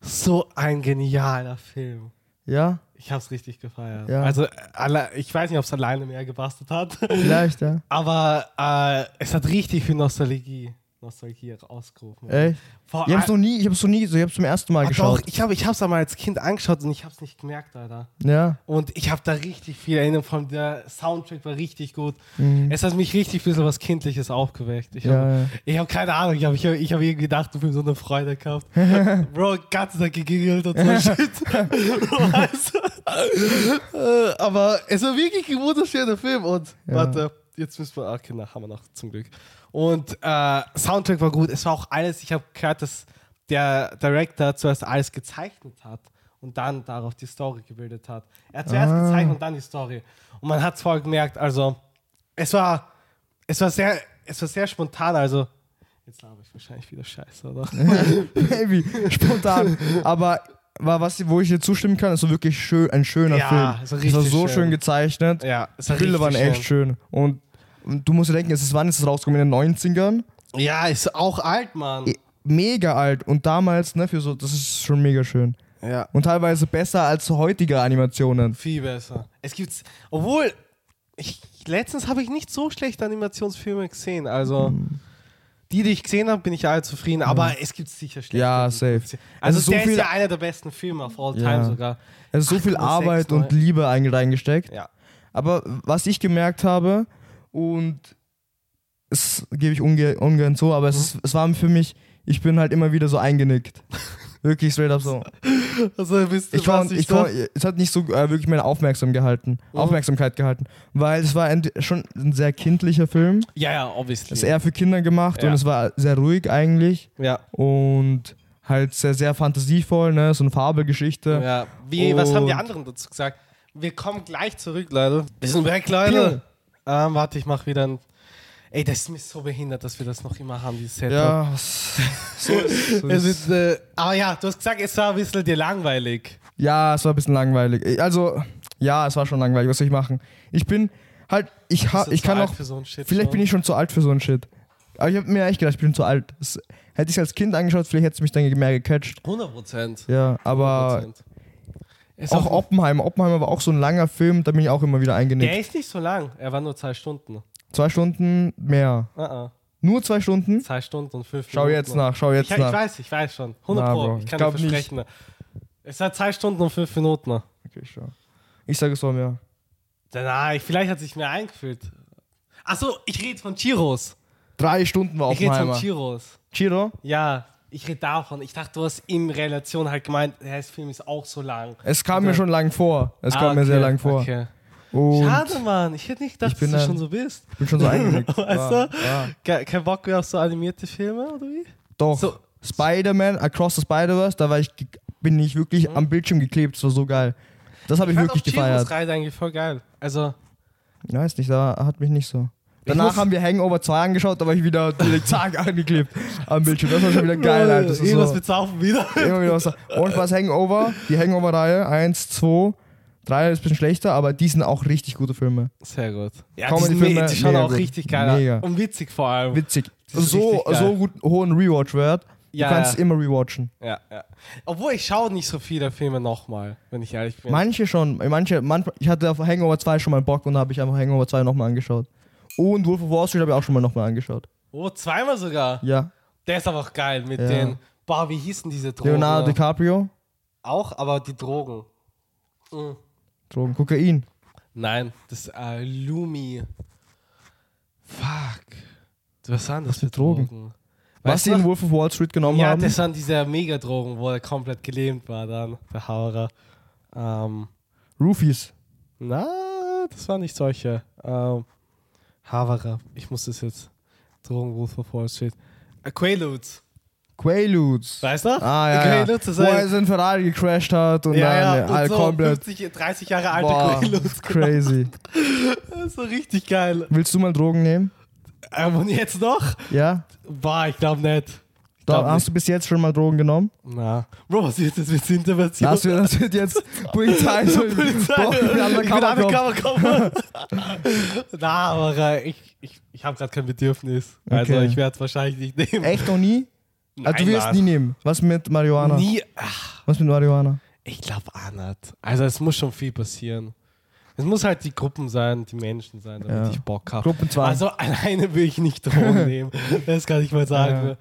[SPEAKER 1] So ein genialer Film.
[SPEAKER 2] Ja?
[SPEAKER 1] Ich hab's richtig gefeiert.
[SPEAKER 2] Ja.
[SPEAKER 1] Also, äh, alle, ich weiß nicht, ob es alleine mehr gebastelt hat, (laughs)
[SPEAKER 2] Vielleicht, ja.
[SPEAKER 1] aber äh, es hat richtig viel Nostalgie, Nostalgie ausgerufen.
[SPEAKER 2] Echt?
[SPEAKER 1] Vor
[SPEAKER 2] Ich hab's
[SPEAKER 1] all-
[SPEAKER 2] noch nie, ich hab's noch nie, so, ich hab's zum ersten Mal
[SPEAKER 1] Ah,
[SPEAKER 2] geschaut.
[SPEAKER 1] Doch, ich habe ich hab's einmal als Kind angeschaut und ich hab's nicht gemerkt, Alter. (laughs)
[SPEAKER 2] Ja.
[SPEAKER 1] Und ich habe da richtig viel Erinnerung von der Soundtrack war richtig gut. Es hat mich richtig für so was Kindliches aufgeweckt. Ich
[SPEAKER 2] Mhm. Ja,
[SPEAKER 1] habe
[SPEAKER 2] ja.
[SPEAKER 1] ich hab keine Ahnung, ich habe ich hab, ich hab irgendwie gedacht, du hast so eine Freude
[SPEAKER 2] (laughs)
[SPEAKER 1] gehabt. Bro, den ganzen Tag gegingelt und so shit. Weißt du? Äh, Aber es war wirklich ein wunderschöner Film und
[SPEAKER 2] Ja.
[SPEAKER 1] warte, jetzt müssen wir, okay, na, haben wir noch zum Glück. Und äh, Soundtrack war gut, es war auch alles, ich habe gehört, dass der Director zuerst alles gezeichnet hat und dann darauf die Story gebildet hat. Er hat zuerst
[SPEAKER 2] Ah.
[SPEAKER 1] gezeichnet und dann die Story. Und man hat es voll gemerkt, also es war, es war sehr, es war sehr spontan, also jetzt laber ich wahrscheinlich wieder Scheiße, oder?
[SPEAKER 2] Maybe. Spontan.
[SPEAKER 1] (laughs)
[SPEAKER 2] Aber war was, wo ich dir zustimmen kann, ist so wirklich schön, ein schöner
[SPEAKER 1] Ja,
[SPEAKER 2] Film.
[SPEAKER 1] so
[SPEAKER 2] Es
[SPEAKER 1] richtig
[SPEAKER 2] war so
[SPEAKER 1] schön.
[SPEAKER 2] schön, gezeichnet.
[SPEAKER 1] ja, es
[SPEAKER 2] Die Bilder waren echt schön. Und, und du musst dir denken, es ist, wann ist es rausgekommen? In den 90ern?
[SPEAKER 1] Ja, ist auch alt, Mann.
[SPEAKER 2] Eh, Mega alt. Und damals, ne, für so, das ist schon mega schön.
[SPEAKER 1] Ja.
[SPEAKER 2] Und teilweise besser als heutige Animationen.
[SPEAKER 1] Viel besser. Es gibt's, obwohl, ich, letztens habe ich nicht so schlechte Animationsfilme gesehen. Also,
[SPEAKER 2] Hm.
[SPEAKER 1] die, die ich gesehen habe, bin ich alle zufrieden. Aber es gibt sicher schlechte.
[SPEAKER 2] Ja, safe.
[SPEAKER 1] Also,
[SPEAKER 2] Es ist so
[SPEAKER 1] der ist
[SPEAKER 2] viel-
[SPEAKER 1] ja einer der besten Filme of all
[SPEAKER 2] Ja.
[SPEAKER 1] time sogar.
[SPEAKER 2] Es ist so viel
[SPEAKER 1] 8,6
[SPEAKER 2] Arbeit und
[SPEAKER 1] neu.
[SPEAKER 2] Liebe ein- reingesteckt.
[SPEAKER 1] Ja.
[SPEAKER 2] Aber was ich gemerkt habe, und es gebe ich unge ungern zu, aber es,
[SPEAKER 1] Mhm.
[SPEAKER 2] ist, es war für mich, ich bin halt immer wieder
[SPEAKER 1] (laughs)
[SPEAKER 2] so eingenickt. Wirklich straight up so.
[SPEAKER 1] Also, bist
[SPEAKER 2] Ich war, ich war, es hat nicht so äh, wirklich meine Aufmerksam gehalten,
[SPEAKER 1] Mhm.
[SPEAKER 2] Aufmerksamkeit gehalten, weil es war ein, schon ein sehr kindlicher Film.
[SPEAKER 1] Ja, ja,
[SPEAKER 2] Es ist
[SPEAKER 1] obviously.
[SPEAKER 2] eher für Kinder gemacht
[SPEAKER 1] Ja.
[SPEAKER 2] und es war sehr ruhig eigentlich
[SPEAKER 1] Ja.
[SPEAKER 2] und halt sehr, sehr fantasievoll, ne? so eine Fabelgeschichte.
[SPEAKER 1] ja. Wie, was haben die
[SPEAKER 2] Und-
[SPEAKER 1] anderen dazu gesagt? Wir kommen gleich zurück, Leute. Wir sind weg, Leute. Ähm, warte, ich mache wieder ein. Ey, das ist mir so behindert, dass wir das noch immer haben, dieses Setup.
[SPEAKER 2] Ja, es- (laughs) so ist, so
[SPEAKER 1] Es
[SPEAKER 2] ist.
[SPEAKER 1] ist, äh, aber ja, du hast gesagt, es war ein bisschen dir langweilig.
[SPEAKER 2] Ja, es war ein bisschen langweilig. Ich- Also, ja, es war schon langweilig. Was soll ich machen? Ich bin halt, ich, ha,
[SPEAKER 1] Bist du
[SPEAKER 2] ich
[SPEAKER 1] zu
[SPEAKER 2] kann
[SPEAKER 1] alt
[SPEAKER 2] auch,
[SPEAKER 1] Für so einen Shit
[SPEAKER 2] vielleicht
[SPEAKER 1] schon?
[SPEAKER 2] bin ich schon zu alt für so einen Shit. Aber ich habe mir echt gedacht, ich bin zu alt. Es, hätte ich es als Kind angeschaut, vielleicht hätte es mich dann mehr gecatcht.
[SPEAKER 1] 100 Prozent.
[SPEAKER 2] Ja, aber
[SPEAKER 1] Ist
[SPEAKER 2] auch
[SPEAKER 1] auch,
[SPEAKER 2] Oppenheimer. Oppenheimer war auch so ein langer Film, da bin ich auch immer wieder eingenickt.
[SPEAKER 1] der ist nicht so lang. Er war nur zwei Stunden.
[SPEAKER 2] Zwei Stunden mehr.
[SPEAKER 1] Ah, ah.
[SPEAKER 2] Nur zwei Stunden?
[SPEAKER 1] Zwei Stunden und fünf
[SPEAKER 2] Schau
[SPEAKER 1] Minuten.
[SPEAKER 2] jetzt nach, schau jetzt
[SPEAKER 1] Ich, ich
[SPEAKER 2] nach.
[SPEAKER 1] weiß, ich weiß schon. 100
[SPEAKER 2] Na,
[SPEAKER 1] Pro.
[SPEAKER 2] Bro,
[SPEAKER 1] Ich
[SPEAKER 2] ich
[SPEAKER 1] kann
[SPEAKER 2] glaub
[SPEAKER 1] dir versprechen. Es hat zwei Stunden und fünf Minuten.
[SPEAKER 2] Okay, ich schau. Ich sage es war mehr.
[SPEAKER 1] Na, ich, vielleicht hat sich mehr eingefühlt. Achso, ich rede von Chiros.
[SPEAKER 2] Drei Stunden war
[SPEAKER 1] Ich rede von
[SPEAKER 2] Oppenheimer.
[SPEAKER 1] Chiros.
[SPEAKER 2] Chiro?
[SPEAKER 1] Ja, ich rede davon. Ich dachte, du hast in Relation halt gemeint, ja, das Film ist auch so lang.
[SPEAKER 2] Es kam
[SPEAKER 1] Oder-
[SPEAKER 2] mir schon lang vor. Es
[SPEAKER 1] Ah,
[SPEAKER 2] kam mir
[SPEAKER 1] okay,
[SPEAKER 2] sehr lang vor.
[SPEAKER 1] Okay.
[SPEAKER 2] Und
[SPEAKER 1] Schade, Mann. Ich hätte nicht gedacht,
[SPEAKER 2] Ich bin
[SPEAKER 1] dass du
[SPEAKER 2] ein-
[SPEAKER 1] schon so bist.
[SPEAKER 2] ich bin schon
[SPEAKER 1] (laughs)
[SPEAKER 2] so eingenickt.
[SPEAKER 1] Weißt
[SPEAKER 2] Ja, ja.
[SPEAKER 1] Ke- Kein Bock mehr auf so animierte Filme, oder wie?
[SPEAKER 2] Doch.
[SPEAKER 1] So-
[SPEAKER 2] Spider-Man, Across the Spider-Verse, da war ich, ge- bin ich wirklich
[SPEAKER 1] Mhm.
[SPEAKER 2] am Bildschirm geklebt. Das war so geil. Das habe ich, wirklich gefeiert.
[SPEAKER 1] Reise eigentlich voll geil. Also,
[SPEAKER 2] Ich weiß nicht, da hat mich nicht so. Danach
[SPEAKER 1] muss-
[SPEAKER 2] haben wir Hangover 2 angeschaut, da war ich wieder
[SPEAKER 1] (laughs)
[SPEAKER 2] direkt zack angeklebt am Bildschirm. Das war schon wieder geil, Alter. Das ist
[SPEAKER 1] Irgendwas
[SPEAKER 2] so,
[SPEAKER 1] eh mit Saufen wieder.
[SPEAKER 2] immer wieder was. Und was Hangover? Die Hangover-Reihe 1, 2, 3 ist ein bisschen schlechter, aber die sind auch richtig gute Filme.
[SPEAKER 1] Sehr gut. Ja, die,
[SPEAKER 2] Comedy
[SPEAKER 1] sind, me-
[SPEAKER 2] Filme,
[SPEAKER 1] die schauen
[SPEAKER 2] mega
[SPEAKER 1] auch
[SPEAKER 2] gut.
[SPEAKER 1] richtig geil. aus.
[SPEAKER 2] Mega.
[SPEAKER 1] Und witzig vor allem.
[SPEAKER 2] Witzig.
[SPEAKER 1] Das ist
[SPEAKER 2] So,
[SPEAKER 1] richtig geil.
[SPEAKER 2] so gut, hohen Rewatch-Wert. Du
[SPEAKER 1] Ja,
[SPEAKER 2] kannst
[SPEAKER 1] ja.
[SPEAKER 2] es immer rewatchen.
[SPEAKER 1] Ja, ja. Obwohl ich schaue nicht so viele Filme nochmal, wenn ich ehrlich bin.
[SPEAKER 2] Manche schon, manche, manch, ich hatte auf Hangover 2 schon mal Bock und habe ich einfach Hangover 2 nochmal angeschaut. Und Wolf of Wall Street habe ich auch schon mal nochmal angeschaut.
[SPEAKER 1] oh, zweimal sogar.
[SPEAKER 2] Ja.
[SPEAKER 1] Der ist aber auch geil mit
[SPEAKER 2] Ja.
[SPEAKER 1] den. Boah, wie hießen diese Drogen?
[SPEAKER 2] Leonardo DiCaprio,
[SPEAKER 1] Auch, aber die Drogen. Mhm.
[SPEAKER 2] Drogen, Kokain.
[SPEAKER 1] Nein, das äh, Lumi. Fuck. Was waren das für Drogen?
[SPEAKER 2] Drogen? Was
[SPEAKER 1] Weißt
[SPEAKER 2] sie
[SPEAKER 1] du
[SPEAKER 2] in
[SPEAKER 1] noch?
[SPEAKER 2] Wolf of Wall Street genommen
[SPEAKER 1] Ja,
[SPEAKER 2] haben.
[SPEAKER 1] das waren diese Megadrogen, wo er komplett gelähmt war dann, der Haurer. Ähm,
[SPEAKER 2] Roofies.
[SPEAKER 1] na, das waren nicht solche. Ähm, Haurer, ich muss das jetzt. Drogen, Wolf of Wall Street. Äh, Quaaludes,
[SPEAKER 2] Quaaludes.
[SPEAKER 1] weißt du?
[SPEAKER 2] Ah, ja. ja.
[SPEAKER 1] Quaaludes ist
[SPEAKER 2] Wo er
[SPEAKER 1] ein...
[SPEAKER 2] sein Ferrari gecrashed hat und
[SPEAKER 1] Ja,
[SPEAKER 2] dann
[SPEAKER 1] ja,
[SPEAKER 2] äh, all
[SPEAKER 1] und so
[SPEAKER 2] komplett.
[SPEAKER 1] 50, 30 Jahre alte
[SPEAKER 2] Boah,
[SPEAKER 1] Quaaludes.
[SPEAKER 2] crazy.
[SPEAKER 1] (laughs) Das ist so richtig geil.
[SPEAKER 2] Willst du mal Drogen nehmen?
[SPEAKER 1] Ähm, und jetzt noch?
[SPEAKER 2] Ja?
[SPEAKER 1] Boah, ich glaube nicht. Ich
[SPEAKER 2] Da,
[SPEAKER 1] glaub
[SPEAKER 2] hast du bis jetzt schon mal Drogen genommen?
[SPEAKER 1] Na. Bro, was wird jetzt mit der Intervention? Also
[SPEAKER 2] Das wird, das wird jetzt Polizei.
[SPEAKER 1] (laughs)
[SPEAKER 2] So,
[SPEAKER 1] Polizei.
[SPEAKER 2] Boah, ich bin
[SPEAKER 1] ich bin
[SPEAKER 2] undercover. Cop.
[SPEAKER 1] undercover (laughs) Na, aber äh, ich, ich, ich habe gerade kein Bedürfnis. Also
[SPEAKER 2] Okay.
[SPEAKER 1] ich werde es wahrscheinlich nicht nehmen.
[SPEAKER 2] Echt noch nie? Also, du
[SPEAKER 1] Nein,
[SPEAKER 2] wirst
[SPEAKER 1] Mann.
[SPEAKER 2] nie nehmen. Was mit Marihuana?
[SPEAKER 1] Nie. Ah, Ach,
[SPEAKER 2] Was mit Marihuana?
[SPEAKER 1] ich glaube auch nicht. Also es muss schon viel passieren. Es muss halt die Gruppen sein, die Menschen sein, damit
[SPEAKER 2] Ja.
[SPEAKER 1] ich Bock habe.
[SPEAKER 2] Gruppenzwang.
[SPEAKER 1] Also (laughs) alleine will ich nicht
[SPEAKER 2] (laughs)
[SPEAKER 1] Drogen nehmen. Das kann ich mal sagen.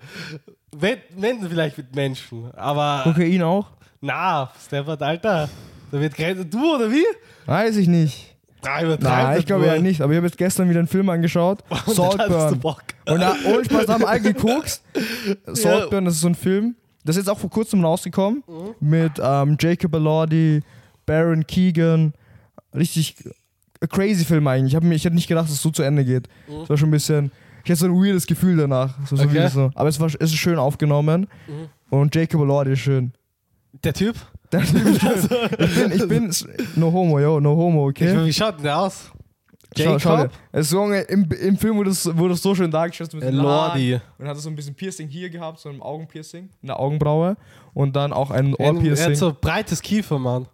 [SPEAKER 1] Wenn, wenn vielleicht mit Menschen. Aber
[SPEAKER 2] Kokain auch?
[SPEAKER 1] na, Stefan, Alter. Da wird gerade du oder wie?
[SPEAKER 2] Weiß ich nicht.
[SPEAKER 1] Drei
[SPEAKER 2] Nein, ich glaube
[SPEAKER 1] (laughs)
[SPEAKER 2] ja nicht. Aber ich habe jetzt gestern wieder einen Film angeschaut. Saltburn.
[SPEAKER 1] Bock.
[SPEAKER 2] Und da, oh, ohne Spaß, haben alle geguckt. Saltburn, das ist so ein Film. Das ist jetzt auch vor kurzem rausgekommen.
[SPEAKER 1] Mhm.
[SPEAKER 2] Mit ähm, Jacob Elordi, Baron Keegan. Richtig crazy Film eigentlich. Ich, hab mir, ich hätte nicht gedacht, dass es so zu Ende geht. Es war schon ein bisschen. Ich hatte so ein weirdes Gefühl danach. Es war so
[SPEAKER 1] Mhm. Okay. Mhm.
[SPEAKER 2] weird so. Aber es, war, es ist schön aufgenommen. Und Jacob Elordi ist schön. (laughs)
[SPEAKER 1] Der Typ?
[SPEAKER 2] ich
[SPEAKER 1] Also,
[SPEAKER 2] bin, ich bin, no homo, yo, no homo, okay?
[SPEAKER 1] Wie schaut denn der aus?
[SPEAKER 2] Schau, schau dir.
[SPEAKER 1] Jacob?
[SPEAKER 2] Es ist so, im, Im Film wurde es, wurde es so schön dargestellt. Mit
[SPEAKER 1] Äh,
[SPEAKER 2] den Haaren.
[SPEAKER 1] Lordi.
[SPEAKER 2] Und hat so ein bisschen Piercing hier gehabt, so ein Augenpiercing, eine Augenbraue. Und dann auch ein
[SPEAKER 1] Er
[SPEAKER 2] Ohrpiercing.
[SPEAKER 1] hat so breites Kiefer, Mann.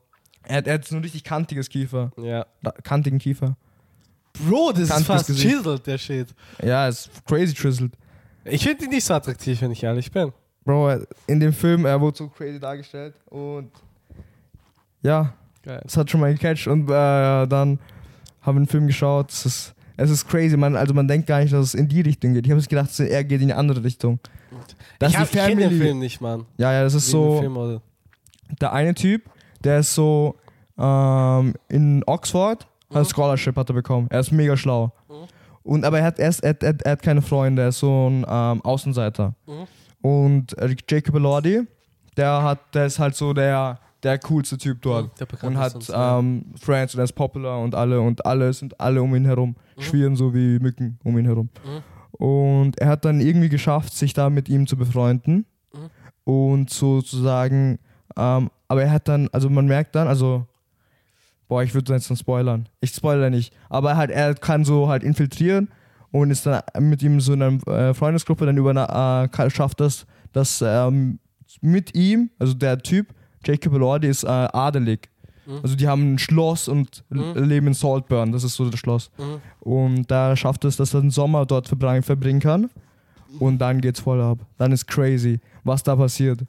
[SPEAKER 2] er, hat, er hat so ein richtig kantiges Kiefer.
[SPEAKER 1] Ja.
[SPEAKER 2] Da- Kantigen Kiefer.
[SPEAKER 1] Bro, das ist
[SPEAKER 2] Kantes
[SPEAKER 1] fast
[SPEAKER 2] Gesicht.
[SPEAKER 1] chiselt, der Shit.
[SPEAKER 2] Ja, ist crazy chiseled.
[SPEAKER 1] Ich finde ihn nicht so attraktiv, wenn ich ehrlich bin.
[SPEAKER 2] Bro, er- in dem Film, er wurde so crazy dargestellt. Und ja,
[SPEAKER 1] Geil.
[SPEAKER 2] das hat schon mal gecatcht. Und äh, dann haben wir einen Film geschaut. Es ist, es ist crazy. Man, also man denkt gar nicht, dass es in die Richtung geht. Ich habe es gedacht, er geht in die andere Richtung. Dass
[SPEAKER 1] ich hab-
[SPEAKER 2] die
[SPEAKER 1] ich kenne den
[SPEAKER 2] Family-
[SPEAKER 1] Film nicht, Mann.
[SPEAKER 2] Ja, ja, das ist
[SPEAKER 1] Wie
[SPEAKER 2] so.
[SPEAKER 1] den Film, oder?
[SPEAKER 2] der eine Typ, der ist so ähm, in Oxford, hat ein Scholarship hat er bekommen. Er ist mega schlau. Und aber er hat erst, er, hat- er, hat- er hat keine Freunde, er ist so ein ähm, Außenseiter. Und äh, Jacob Elordi, der hat, der ist halt so der, der coolste Typ dort.
[SPEAKER 1] Mhm, der bekannteste
[SPEAKER 2] und hat
[SPEAKER 1] und so, ja.
[SPEAKER 2] ähm, Friends und er ist popular und alle und alle sind alle um ihn herum. Schwirren so wie Mücken um ihn herum. Und er hat dann irgendwie geschafft, sich da mit ihm zu befreunden. Und sozusagen, ähm, aber er hat dann, also man merkt dann, also, boah, ich würde jetzt dann spoilern. Ich spoilere nicht. Aber halt, er kann so halt infiltrieren und ist dann mit ihm so in einer äh, Freundesgruppe, dann über eine, äh, ka- schafft das, dass ähm, mit ihm, also der Typ, Jacob Elordi ist äh, adelig.
[SPEAKER 1] Mhm.
[SPEAKER 2] Also die haben ein Schloss und l- leben in Saltburn, das ist so das Schloss.
[SPEAKER 1] Mhm.
[SPEAKER 2] Und da schafft es, dass er den Sommer dort verbring- verbringen kann. Und dann geht's voll ab. Dann ist crazy, was da passiert.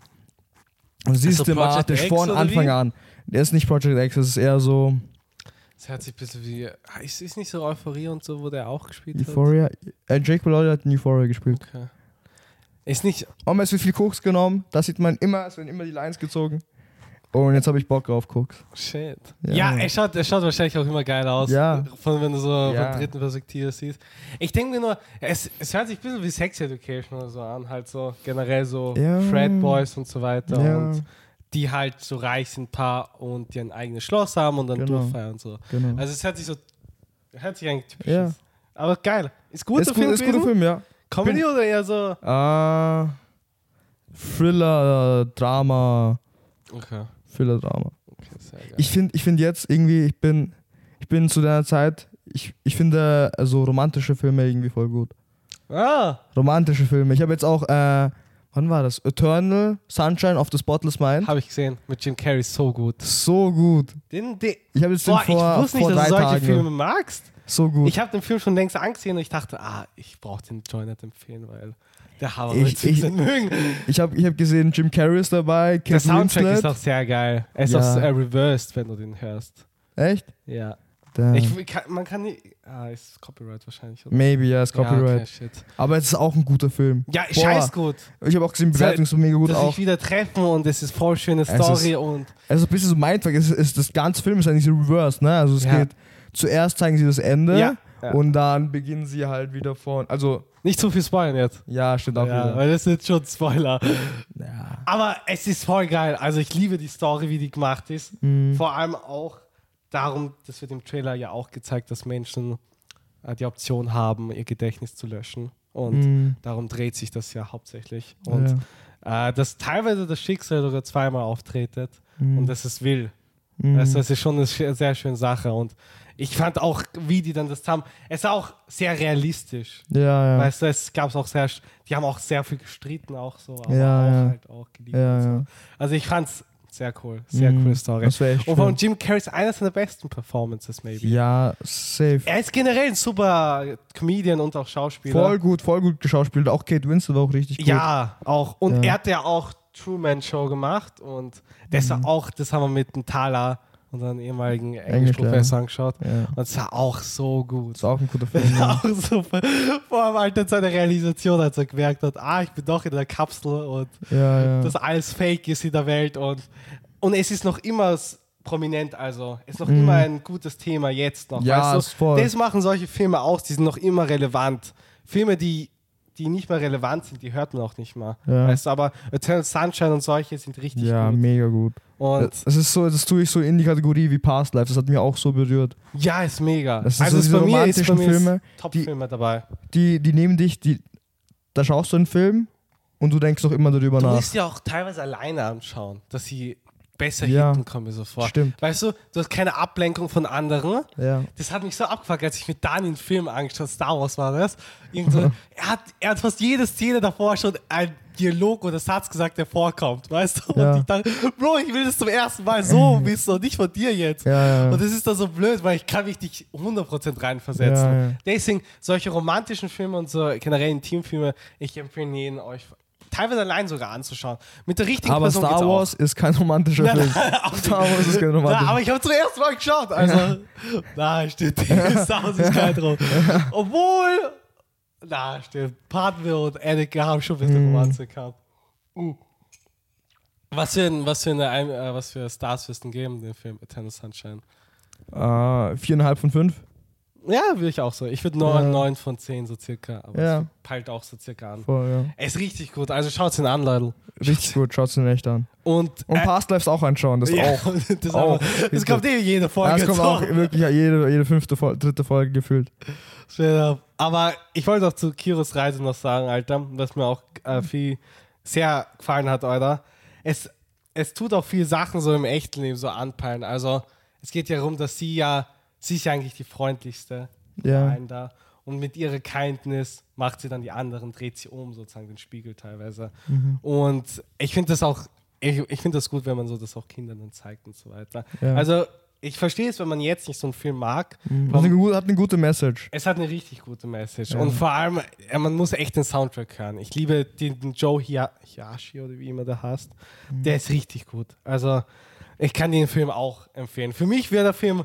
[SPEAKER 2] Und
[SPEAKER 1] Project
[SPEAKER 2] systematisch
[SPEAKER 1] X
[SPEAKER 2] von
[SPEAKER 1] oder
[SPEAKER 2] Anfang
[SPEAKER 1] wie?
[SPEAKER 2] an. Der ist nicht Project X, das ist eher so
[SPEAKER 1] Das hört sich ein bisschen wie. Ah, Ist, ist nicht so Euphorie und so, wo der auch gespielt
[SPEAKER 2] Euphoria. Äh, Jake Bellotti hat in Euphoria gespielt.
[SPEAKER 1] hat? Okay. Ist nicht.
[SPEAKER 2] Oh, es wird viel Koks genommen. Das sieht man immer. Es werden immer die Lines gezogen. Und jetzt habe ich Bock auf Koks.
[SPEAKER 1] Shit.
[SPEAKER 2] Ja.
[SPEAKER 1] Ja, er, schaut, er schaut wahrscheinlich auch immer geil aus,
[SPEAKER 2] Ja.
[SPEAKER 1] von, wenn du so
[SPEAKER 2] Ja.
[SPEAKER 1] von dritten Perspektive siehst. Ich denke mir nur, es, es hört sich ein bisschen wie Sex Education oder so an, halt so generell so
[SPEAKER 2] Ja.
[SPEAKER 1] Fred Boys und so weiter und die halt so reich sind, Paar und die ein eigenes Schloss haben und dann
[SPEAKER 2] Genau.
[SPEAKER 1] durchfeiern und so.
[SPEAKER 2] genau.
[SPEAKER 1] Also es hört sich so, hört sich eigentlich typisch
[SPEAKER 2] Ja.
[SPEAKER 1] an. Aber geil. Ist guter
[SPEAKER 2] ist gut,
[SPEAKER 1] Film
[SPEAKER 2] ist guter
[SPEAKER 1] gewesen?
[SPEAKER 2] Film, ja.
[SPEAKER 1] Comedy oder eher so?
[SPEAKER 2] Ah, Thriller, äh, Drama,
[SPEAKER 1] Okay.
[SPEAKER 2] Thriller, Drama.
[SPEAKER 1] okay sehr geil.
[SPEAKER 2] Ich finde ich find jetzt irgendwie, ich bin, ich bin zu der Zeit, ich, ich finde äh, so romantische Filme irgendwie voll gut.
[SPEAKER 1] ah,
[SPEAKER 2] Romantische Filme. Ich habe jetzt auch, äh, wann war das? Eternal, Sunshine of the Spotless Mind.
[SPEAKER 1] habe ich gesehen. Mit Jim Carrey so gut.
[SPEAKER 2] So gut.
[SPEAKER 1] Den, den,
[SPEAKER 2] Ich habe jetzt den
[SPEAKER 1] boah, ich
[SPEAKER 2] vor,
[SPEAKER 1] wusste nicht,
[SPEAKER 2] vor
[SPEAKER 1] dass
[SPEAKER 2] drei
[SPEAKER 1] du solche
[SPEAKER 2] Tagen.
[SPEAKER 1] Filme magst.
[SPEAKER 2] So gut.
[SPEAKER 1] Ich habe den Film schon längst angesehen und ich dachte, ah, ich brauche den Joy nicht empfehlen, weil der Hammer
[SPEAKER 2] Ich-
[SPEAKER 1] wird es
[SPEAKER 2] ich-
[SPEAKER 1] nicht mögen.
[SPEAKER 2] Ich habe ich hab gesehen, Jim Carrey ist dabei, Kate
[SPEAKER 1] Der Soundtrack
[SPEAKER 2] Winslet.
[SPEAKER 1] ist auch sehr geil. Er ist
[SPEAKER 2] Ja.
[SPEAKER 1] auch so, äh, reversed, wenn du den hörst.
[SPEAKER 2] Echt?
[SPEAKER 1] Ja.
[SPEAKER 2] Damn.
[SPEAKER 1] Ich, ich kann, man kann nicht. Ah, ist Copyright wahrscheinlich. Oder?
[SPEAKER 2] Maybe, ja, ist
[SPEAKER 1] Ja, okay,
[SPEAKER 2] Mhm. Copyright.
[SPEAKER 1] shit.
[SPEAKER 2] Aber es ist auch ein guter Film.
[SPEAKER 1] ja
[SPEAKER 2] Boah.
[SPEAKER 1] scheiß gut.
[SPEAKER 2] Ich habe auch gesehen,
[SPEAKER 1] halt
[SPEAKER 2] Bewertung ist so mega gut
[SPEAKER 1] Dass
[SPEAKER 2] auch.
[SPEAKER 1] sich wieder treffen und es ist voll schöne
[SPEAKER 2] ist-
[SPEAKER 1] Story und.
[SPEAKER 2] Also ein bisschen so Mindfuck, es ist, ist das ganze Film ist eigentlich so reverse, ne? Also es
[SPEAKER 1] Ja.
[SPEAKER 2] geht zuerst zeigen sie das Ende
[SPEAKER 1] Ja, ja.
[SPEAKER 2] und dann beginnen sie halt wieder von. Also,
[SPEAKER 1] Nicht zu viel spoilern jetzt.
[SPEAKER 2] ja, stimmt auch
[SPEAKER 1] Ja,
[SPEAKER 2] wieder.
[SPEAKER 1] weil das ist jetzt schon Spoiler.
[SPEAKER 2] Ja.
[SPEAKER 1] Aber es ist voll geil. Also ich liebe die Story, wie die gemacht ist.
[SPEAKER 2] Mhm.
[SPEAKER 1] Vor allem auch darum, das wird im Trailer ja auch gezeigt, dass Menschen äh, die Option haben, ihr Gedächtnis zu löschen. Und
[SPEAKER 2] Mhm.
[SPEAKER 1] darum dreht sich das ja hauptsächlich.
[SPEAKER 2] ja.
[SPEAKER 1] Und äh, dass teilweise das Schicksal sogar zweimal auftretet
[SPEAKER 2] mhm.
[SPEAKER 1] und dass es will. Also das ist schon eine sch- sehr schöne Sache. Und ich fand auch, wie die dann das haben, es war auch sehr realistisch.
[SPEAKER 2] Ja, ja.
[SPEAKER 1] Weißt du, es gab auch sehr, die haben auch sehr viel gestritten, auch so, aber
[SPEAKER 2] Ja,
[SPEAKER 1] auch
[SPEAKER 2] ja.
[SPEAKER 1] halt auch geliebt.
[SPEAKER 2] Ja,
[SPEAKER 1] und so.
[SPEAKER 2] ja.
[SPEAKER 1] Also ich fand's sehr cool, sehr
[SPEAKER 2] Mhm.
[SPEAKER 1] coole Story.
[SPEAKER 2] Das wär echt
[SPEAKER 1] und von
[SPEAKER 2] schön.
[SPEAKER 1] Jim Carrey ist einer seiner besten Performances, maybe.
[SPEAKER 2] Ja, safe.
[SPEAKER 1] Er ist generell ein super Comedian und auch Schauspieler.
[SPEAKER 2] Voll gut, voll gut geschauspielt. Auch Kate Winslet war auch richtig gut.
[SPEAKER 1] ja, auch. Und
[SPEAKER 2] Ja.
[SPEAKER 1] er hat ja auch Truman Show gemacht und das
[SPEAKER 2] Mhm.
[SPEAKER 1] war auch, das haben wir mit dem Thaler, unseren ehemaligen Englischprofessor, angeschaut.
[SPEAKER 2] Ja.
[SPEAKER 1] Und es war auch so gut.
[SPEAKER 2] Ist auch ein guter
[SPEAKER 1] Das
[SPEAKER 2] Film.
[SPEAKER 1] ist (laughs)
[SPEAKER 2] ja.
[SPEAKER 1] auch super. Vor allem halt in seiner Realisation, als er gemerkt hat, ah, ich bin doch in der Kapsel und
[SPEAKER 2] ja, ja.
[SPEAKER 1] dass alles fake ist in der Welt und, und es ist noch immer s- prominent, also es ist noch immer ein gutes Thema jetzt noch.
[SPEAKER 2] Mhm. Ja,
[SPEAKER 1] weißt
[SPEAKER 2] ist
[SPEAKER 1] du?
[SPEAKER 2] voll.
[SPEAKER 1] Das machen solche Filme aus, die sind noch immer relevant. Filme, die, die nicht mehr relevant sind, die hört man auch nicht mehr.
[SPEAKER 2] Ja.
[SPEAKER 1] Weißt du, aber Eternal Sunshine und solche sind richtig
[SPEAKER 2] Ja,
[SPEAKER 1] gut.
[SPEAKER 2] mega gut.
[SPEAKER 1] Und
[SPEAKER 2] Es ist so, das tue ich so in die Kategorie wie Past Life. Das hat mich auch so berührt.
[SPEAKER 1] ja, ist mega.
[SPEAKER 2] Das sind so diese romantischen Filme,
[SPEAKER 1] Top-Filme dabei.
[SPEAKER 2] Die, die nehmen dich, die, da schaust du einen Film und du denkst noch immer darüber
[SPEAKER 1] Du
[SPEAKER 2] nach.
[SPEAKER 1] musst ja auch teilweise alleine anschauen, dass sie besser
[SPEAKER 2] Ja.
[SPEAKER 1] hinten kommen, mir so vor.
[SPEAKER 2] Stimmt.
[SPEAKER 1] Weißt du, du hast keine Ablenkung von anderen.
[SPEAKER 2] Ja.
[SPEAKER 1] Das hat mich so abgefuckt, als ich mit Dani einen Film angeschaut Star Wars war das. Irgend
[SPEAKER 2] (laughs)
[SPEAKER 1] so, er, hat, er hat fast jede Szene davor schon ein Dialog oder Satz gesagt, der vorkommt, weißt du?
[SPEAKER 2] Ja.
[SPEAKER 1] Und ich dachte, Bro, ich will das zum ersten Mal
[SPEAKER 2] (laughs)
[SPEAKER 1] so wissen und nicht von dir jetzt.
[SPEAKER 2] Ja, ja, ja.
[SPEAKER 1] Und das ist dann so blöd, weil ich kann mich nicht 100% reinversetzen.
[SPEAKER 2] Ja, ja.
[SPEAKER 1] Deswegen, solche romantischen Filme und so generell Intimfilme, ich empfehle jeden euch teilweise allein sogar anzuschauen. Mit der richtigen
[SPEAKER 2] Aber
[SPEAKER 1] Person geht's
[SPEAKER 2] Star
[SPEAKER 1] auch.
[SPEAKER 2] Wars ist kein
[SPEAKER 1] (laughs)
[SPEAKER 2] romantischer
[SPEAKER 1] Nein,
[SPEAKER 2] Film.
[SPEAKER 1] nein, auch
[SPEAKER 2] Star Wars ist kein
[SPEAKER 1] Na,
[SPEAKER 2] romantischer
[SPEAKER 1] aber ich habe zum ersten Mal geschaut. Also,
[SPEAKER 2] (laughs)
[SPEAKER 1] na, stimmt. Star Wars ist geil drauf. Obwohl, na, stimmt. Padme und Anakin haben schon ein bisschen
[SPEAKER 2] Mhm.
[SPEAKER 1] Romanze gehabt. Uh. Was für, ein, was, für eine, Ein- äh, was für Stars wirst du geben, den Film Eternal Sunshine?
[SPEAKER 2] Film. Ah, viereinhalb von fünf.
[SPEAKER 1] Ja, würde ich auch so. Ich würde nur
[SPEAKER 2] Ja.
[SPEAKER 1] 9 von 10 so circa. Aber
[SPEAKER 2] Ja.
[SPEAKER 1] es peilt auch so circa an.
[SPEAKER 2] Voll, ja.
[SPEAKER 1] Er ist richtig gut. Also schaut's ihn an, Leute.
[SPEAKER 2] Richtig gut, schaut's ihn echt an.
[SPEAKER 1] Und,
[SPEAKER 2] Und Past Lives auch anschauen,
[SPEAKER 1] (laughs)
[SPEAKER 2] das
[SPEAKER 1] Äh. ja, (laughs)
[SPEAKER 2] auch.
[SPEAKER 1] das, ist
[SPEAKER 2] Auch.
[SPEAKER 1] aber- das kommt eh jede Folge.
[SPEAKER 2] Das kommt
[SPEAKER 1] so.
[SPEAKER 2] auch wirklich jede, jede fünfte, Fol- dritte Folge gefühlt.
[SPEAKER 1] Straight up. Aber ich wollte noch zu Kiros Reise noch sagen, Alter, was mir auch äh, viel sehr gefallen hat, Alter. Es, es tut auch viel Sachen so im echten Leben so anpeilen. Also es geht ja darum, dass sie ja, sie ist ja eigentlich die freundlichste
[SPEAKER 2] Ja.
[SPEAKER 1] allen da. Und mit ihrer Kindness macht sie dann die anderen, dreht sie um, sozusagen den Spiegel teilweise.
[SPEAKER 2] Mhm.
[SPEAKER 1] Und ich finde das auch, ich, ich finde das gut, wenn man so das auch Kindern dann zeigt und so weiter.
[SPEAKER 2] Ja. Mhm.
[SPEAKER 1] Also ich verstehe es, wenn man jetzt nicht so einen Film mag,
[SPEAKER 2] Hat eine, gu- hat eine gute Message.
[SPEAKER 1] es hat eine richtig gute Message. Und vor allem, äh, man muss echt den Soundtrack hören. Ich liebe den, den Joe Hiya- Hiyashi oder wie immer der heißt. Der ist richtig gut. Also, ich kann den Film auch empfehlen. Für mich wäre der Film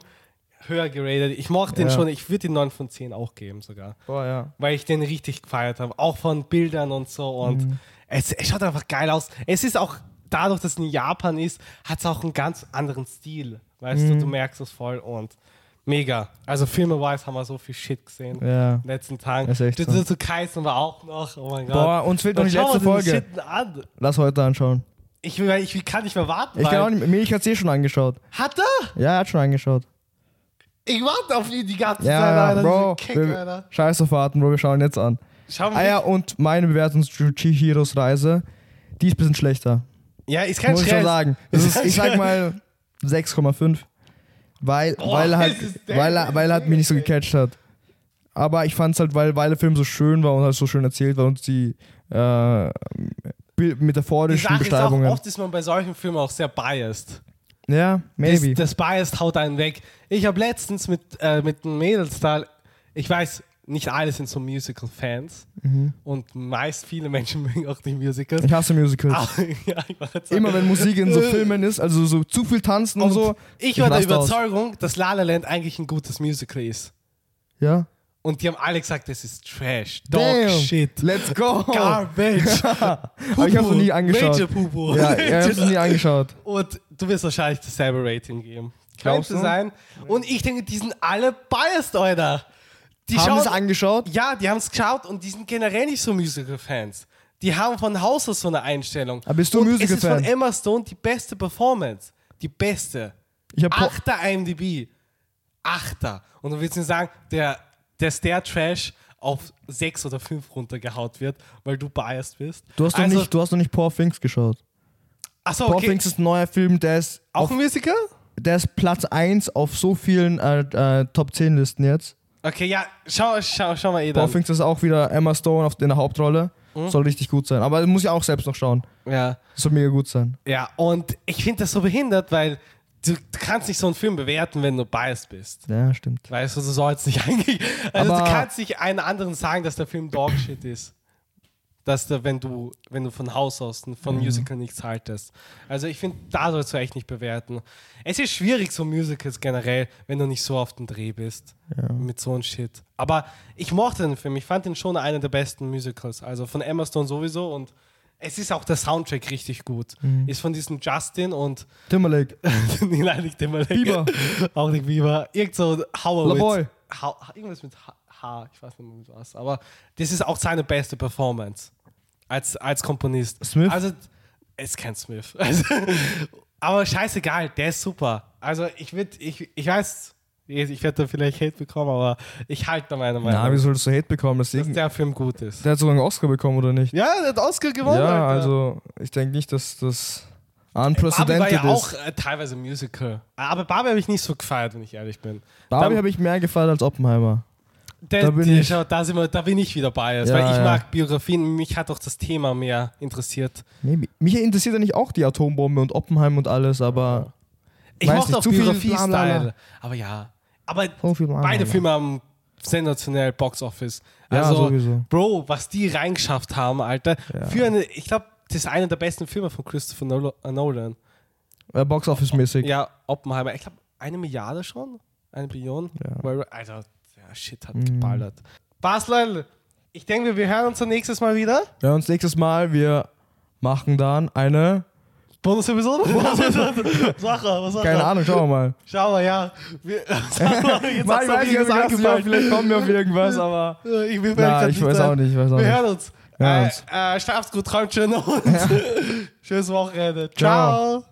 [SPEAKER 1] höher geratet. Ich mochte den
[SPEAKER 2] Ja.
[SPEAKER 1] schon, ich würde den 9 von 10 auch geben sogar.
[SPEAKER 2] Boah, ja.
[SPEAKER 1] Weil ich den richtig gefeiert habe. Auch von Bildern und so. Und es, es schaut einfach geil aus. Es ist auch, dadurch, dass es in Japan ist, hat es auch einen ganz anderen Stil. Weißt du, du merkst es voll und mega. Also filme-wise haben wir so viel Shit gesehen
[SPEAKER 2] Ja.
[SPEAKER 1] in den letzten Tagen.
[SPEAKER 2] Ist echt
[SPEAKER 1] Die
[SPEAKER 2] so.
[SPEAKER 1] so. Kaisen war auch noch. Oh mein Gott.
[SPEAKER 2] Boah, uns fehlt noch
[SPEAKER 1] Dann
[SPEAKER 2] die
[SPEAKER 1] schauen wir
[SPEAKER 2] letzte
[SPEAKER 1] uns den Shit
[SPEAKER 2] Folge.
[SPEAKER 1] an.
[SPEAKER 2] Lass heute anschauen.
[SPEAKER 1] Ich, will- ich kann nicht mehr warten.
[SPEAKER 2] Ich
[SPEAKER 1] weil-
[SPEAKER 2] kann auch nicht, Milch hat's eh schon angeschaut.
[SPEAKER 1] Hat er?
[SPEAKER 2] Ja, er hat schon angeschaut.
[SPEAKER 1] Ich warte auf ihn die ganze Zeit,
[SPEAKER 2] Ja,
[SPEAKER 1] Alter.
[SPEAKER 2] Bro.
[SPEAKER 1] Diesen Kick,
[SPEAKER 2] wir,
[SPEAKER 1] Alter. Mhm.
[SPEAKER 2] scheiß auf Warten, Bro, wir schauen jetzt an.
[SPEAKER 1] Schau
[SPEAKER 2] Ah
[SPEAKER 1] mal.
[SPEAKER 2] ja,
[SPEAKER 1] Ja,
[SPEAKER 2] und meine Bewertung zu Chihiros Reise, die ist ein bisschen schlechter.
[SPEAKER 1] ist kein
[SPEAKER 2] muss ich
[SPEAKER 1] Stress.
[SPEAKER 2] schon sagen.
[SPEAKER 1] (laughs)
[SPEAKER 2] Das ist, ich sag mal 6,5. Weil,
[SPEAKER 1] Oh,
[SPEAKER 2] weil, er halt,
[SPEAKER 1] es ist
[SPEAKER 2] weil, er- weil er halt mich nicht so gecatcht hat. Aber ich fand's halt, weil, weil der Film so schön war und halt so schön erzählt war und die äh, bi-
[SPEAKER 1] Die
[SPEAKER 2] metaphorischen
[SPEAKER 1] Sache ist auch,
[SPEAKER 2] Beschreibungen.
[SPEAKER 1] oft ist man bei solchen Filmen auch sehr biased.
[SPEAKER 2] ja,
[SPEAKER 1] Das,
[SPEAKER 2] maybe.
[SPEAKER 1] das Biased haut einen weg. Ich habe letztens mit, äh, mit einem Mädels da, ich weiß, nicht alle sind so Musical-Fans
[SPEAKER 2] Mhm.
[SPEAKER 1] und meist viele Menschen mögen auch die Musicals.
[SPEAKER 2] ich hasse
[SPEAKER 1] (laughs)
[SPEAKER 2] Musicals.
[SPEAKER 1] Aber- ja, ich wollte sagen,
[SPEAKER 2] Immer wenn Musik in so Filmen ist, also so zu viel tanzen und, so.
[SPEAKER 1] Also, ich war der
[SPEAKER 2] raste aus.
[SPEAKER 1] Überzeugung, dass La La Land eigentlich ein gutes Musical ist.
[SPEAKER 2] Ja.
[SPEAKER 1] Und die haben alle gesagt, das ist Trash, Dog
[SPEAKER 2] Damn.
[SPEAKER 1] Shit,
[SPEAKER 2] (laughs) Let's go. (laughs)
[SPEAKER 1] Garbage.
[SPEAKER 2] Aber ich hab's noch nie
[SPEAKER 1] Major
[SPEAKER 2] angeschaut.
[SPEAKER 1] Pupu.
[SPEAKER 2] Ja, ich
[SPEAKER 1] (laughs)
[SPEAKER 2] hab's noch nie angeschaut.
[SPEAKER 1] Und du wirst wahrscheinlich dasselbe Rating geben.
[SPEAKER 2] Glaubst
[SPEAKER 1] Könnte
[SPEAKER 2] du?
[SPEAKER 1] sein. Und ich denke, die sind alle biased, Alter. Die
[SPEAKER 2] Haben
[SPEAKER 1] schauen,
[SPEAKER 2] es angeschaut?
[SPEAKER 1] ja, die haben es geschaut und die sind generell nicht so Musical-Fans. Die haben von Haus aus so eine Einstellung.
[SPEAKER 2] Aber bist du
[SPEAKER 1] und
[SPEAKER 2] Musical-Fan?
[SPEAKER 1] Es ist von Emma Stone die beste Performance. Die beste.
[SPEAKER 2] Ich hab po-
[SPEAKER 1] Achter IMDb. Achter. Und du willst mir sagen, der, dass der Trash auf 6 oder 5 runtergehaut wird, weil du biased bist.
[SPEAKER 2] Du hast,
[SPEAKER 1] also,
[SPEAKER 2] noch nicht, du hast noch nicht Poor Things geschaut.
[SPEAKER 1] Achso,
[SPEAKER 2] Poor
[SPEAKER 1] okay.
[SPEAKER 2] Things ist ein neuer Film, der ist,
[SPEAKER 1] Auch
[SPEAKER 2] auf,
[SPEAKER 1] ein Musical?
[SPEAKER 2] der ist Platz 1 auf so vielen äh, äh, Top 10 Listen jetzt.
[SPEAKER 1] Okay, ja, schau, schau, schau mal eh
[SPEAKER 2] Poor
[SPEAKER 1] dann.
[SPEAKER 2] Things ist auch wieder Emma Stone auf, in der Hauptrolle.
[SPEAKER 1] Mhm.
[SPEAKER 2] Soll richtig gut sein. Aber muss ich auch selbst noch schauen.
[SPEAKER 1] Ja.
[SPEAKER 2] Soll mega gut sein.
[SPEAKER 1] ja, und ich finde das so behindert, weil du, du kannst nicht so einen Film bewerten, wenn du biased bist.
[SPEAKER 2] Ja, stimmt.
[SPEAKER 1] Weißt du, du sollst nicht (laughs) eigentlich. Also
[SPEAKER 2] Aber-
[SPEAKER 1] du kannst nicht einen anderen sagen, dass der Film Dogshit ist. Dass du, wenn du, wenn du von Haus aus und
[SPEAKER 2] Mhm.
[SPEAKER 1] von Musical nichts haltest. Also ich finde, da sollst du echt nicht bewerten. Es ist schwierig, so Musicals generell, wenn du nicht so auf dem Dreh bist. Mit so einem Shit. Aber ich mochte den Film. Ich fand ihn schon einer der besten Musicals. Also von Emma Stone sowieso und es ist auch der Soundtrack richtig gut.
[SPEAKER 2] Mhm.
[SPEAKER 1] Ist von diesem Justin und
[SPEAKER 2] Timberlake.
[SPEAKER 1] nee, nein, nicht Timberlake.
[SPEAKER 2] Bieber.
[SPEAKER 1] Auch nicht Bieber. Irgend so Howard.
[SPEAKER 2] LaBoy.
[SPEAKER 1] Ha irgendwas mit H, H, ich weiß nicht mehr mit was. Aber das ist auch seine beste Performance als, als Komponist.
[SPEAKER 2] Smith?
[SPEAKER 1] Also, es ist kein Smith. (laughs) Also, aber scheißegal, der ist super. Also, ich würde, ich, ich weiß, ich werde da vielleicht Hate bekommen, aber ich halte da meine Meinung,
[SPEAKER 2] Na, wie solltest du Hate bekommen? Das
[SPEAKER 1] dass
[SPEAKER 2] Ding,
[SPEAKER 1] der Film gut ist.
[SPEAKER 2] der hat sogar einen Oscar bekommen, oder nicht?
[SPEAKER 1] Ja, der hat Oscar gewonnen.
[SPEAKER 2] Ja,
[SPEAKER 1] Alter.
[SPEAKER 2] also ich denke nicht, dass das
[SPEAKER 1] Barbie war
[SPEAKER 2] unprecedented
[SPEAKER 1] ja auch
[SPEAKER 2] ist.
[SPEAKER 1] äh, teilweise Musical. Aber Barbie habe ich nicht so gefeiert, wenn ich ehrlich bin.
[SPEAKER 2] Barbie
[SPEAKER 1] Da-
[SPEAKER 2] habe ich mehr gefallen als Oppenheimer.
[SPEAKER 1] Da,
[SPEAKER 2] Da bin
[SPEAKER 1] die-
[SPEAKER 2] ich-
[SPEAKER 1] schau, da, sind wir, da bin ich wieder biased,
[SPEAKER 2] Ja,
[SPEAKER 1] weil ich
[SPEAKER 2] ja.
[SPEAKER 1] mag Biografien, mich hat auch das Thema mehr interessiert.
[SPEAKER 2] Maybe. Mich interessiert ja nicht auch die Atombombe und Oppenheim und alles, aber
[SPEAKER 1] Ich
[SPEAKER 2] Weiß
[SPEAKER 1] mochte
[SPEAKER 2] nicht,
[SPEAKER 1] auch
[SPEAKER 2] zu viel bla, bla, Ah,
[SPEAKER 1] Biografie-Style,
[SPEAKER 2] bla.
[SPEAKER 1] aber ja. Aber
[SPEAKER 2] so viel
[SPEAKER 1] beide Filme haben sensationell Box-Office.
[SPEAKER 2] Ja,
[SPEAKER 1] Also,
[SPEAKER 2] sowieso.
[SPEAKER 1] Bro, was die reingeschafft haben, Alter. Für eine, ich glaube, das ist einer der besten Filme von Christopher Nol- äh, Nolan.
[SPEAKER 2] Äh, Box Office mäßig.
[SPEAKER 1] Ja, Oppenheimer. Ich glaube, eine Milliarde schon? Eine Billion? Weil, Alter, der Shit
[SPEAKER 2] Mhm.
[SPEAKER 1] hat geballert. Basler, ich denke, wir hören uns dann nächstes Mal wieder.
[SPEAKER 2] Wir hören uns nächstes Mal. Wir machen dann eine.
[SPEAKER 1] Bonus-Episode?
[SPEAKER 2] (laughs)
[SPEAKER 1] Sache, was Sache.
[SPEAKER 2] Keine Ahnung, schauen wir mal.
[SPEAKER 1] Schau mal, ja. (laughs) Wir, sag mal, jetzt
[SPEAKER 2] (laughs) Mal,
[SPEAKER 1] hast du
[SPEAKER 2] weiß
[SPEAKER 1] mir gesagt,
[SPEAKER 2] jetzt hast du ja,
[SPEAKER 1] angefallen.
[SPEAKER 2] vielleicht kommen wir auf irgendwas, aber.
[SPEAKER 1] Äh, Ich, will
[SPEAKER 2] Na, ich weiß auch nicht, ich weiß auch
[SPEAKER 1] Wir
[SPEAKER 2] nicht.
[SPEAKER 1] hören uns.
[SPEAKER 2] Hören
[SPEAKER 1] äh,
[SPEAKER 2] uns.
[SPEAKER 1] Äh, schlaft's gut, träumt schön und (laughs) schönes Wochenende.
[SPEAKER 2] Ciao.
[SPEAKER 1] Ciao.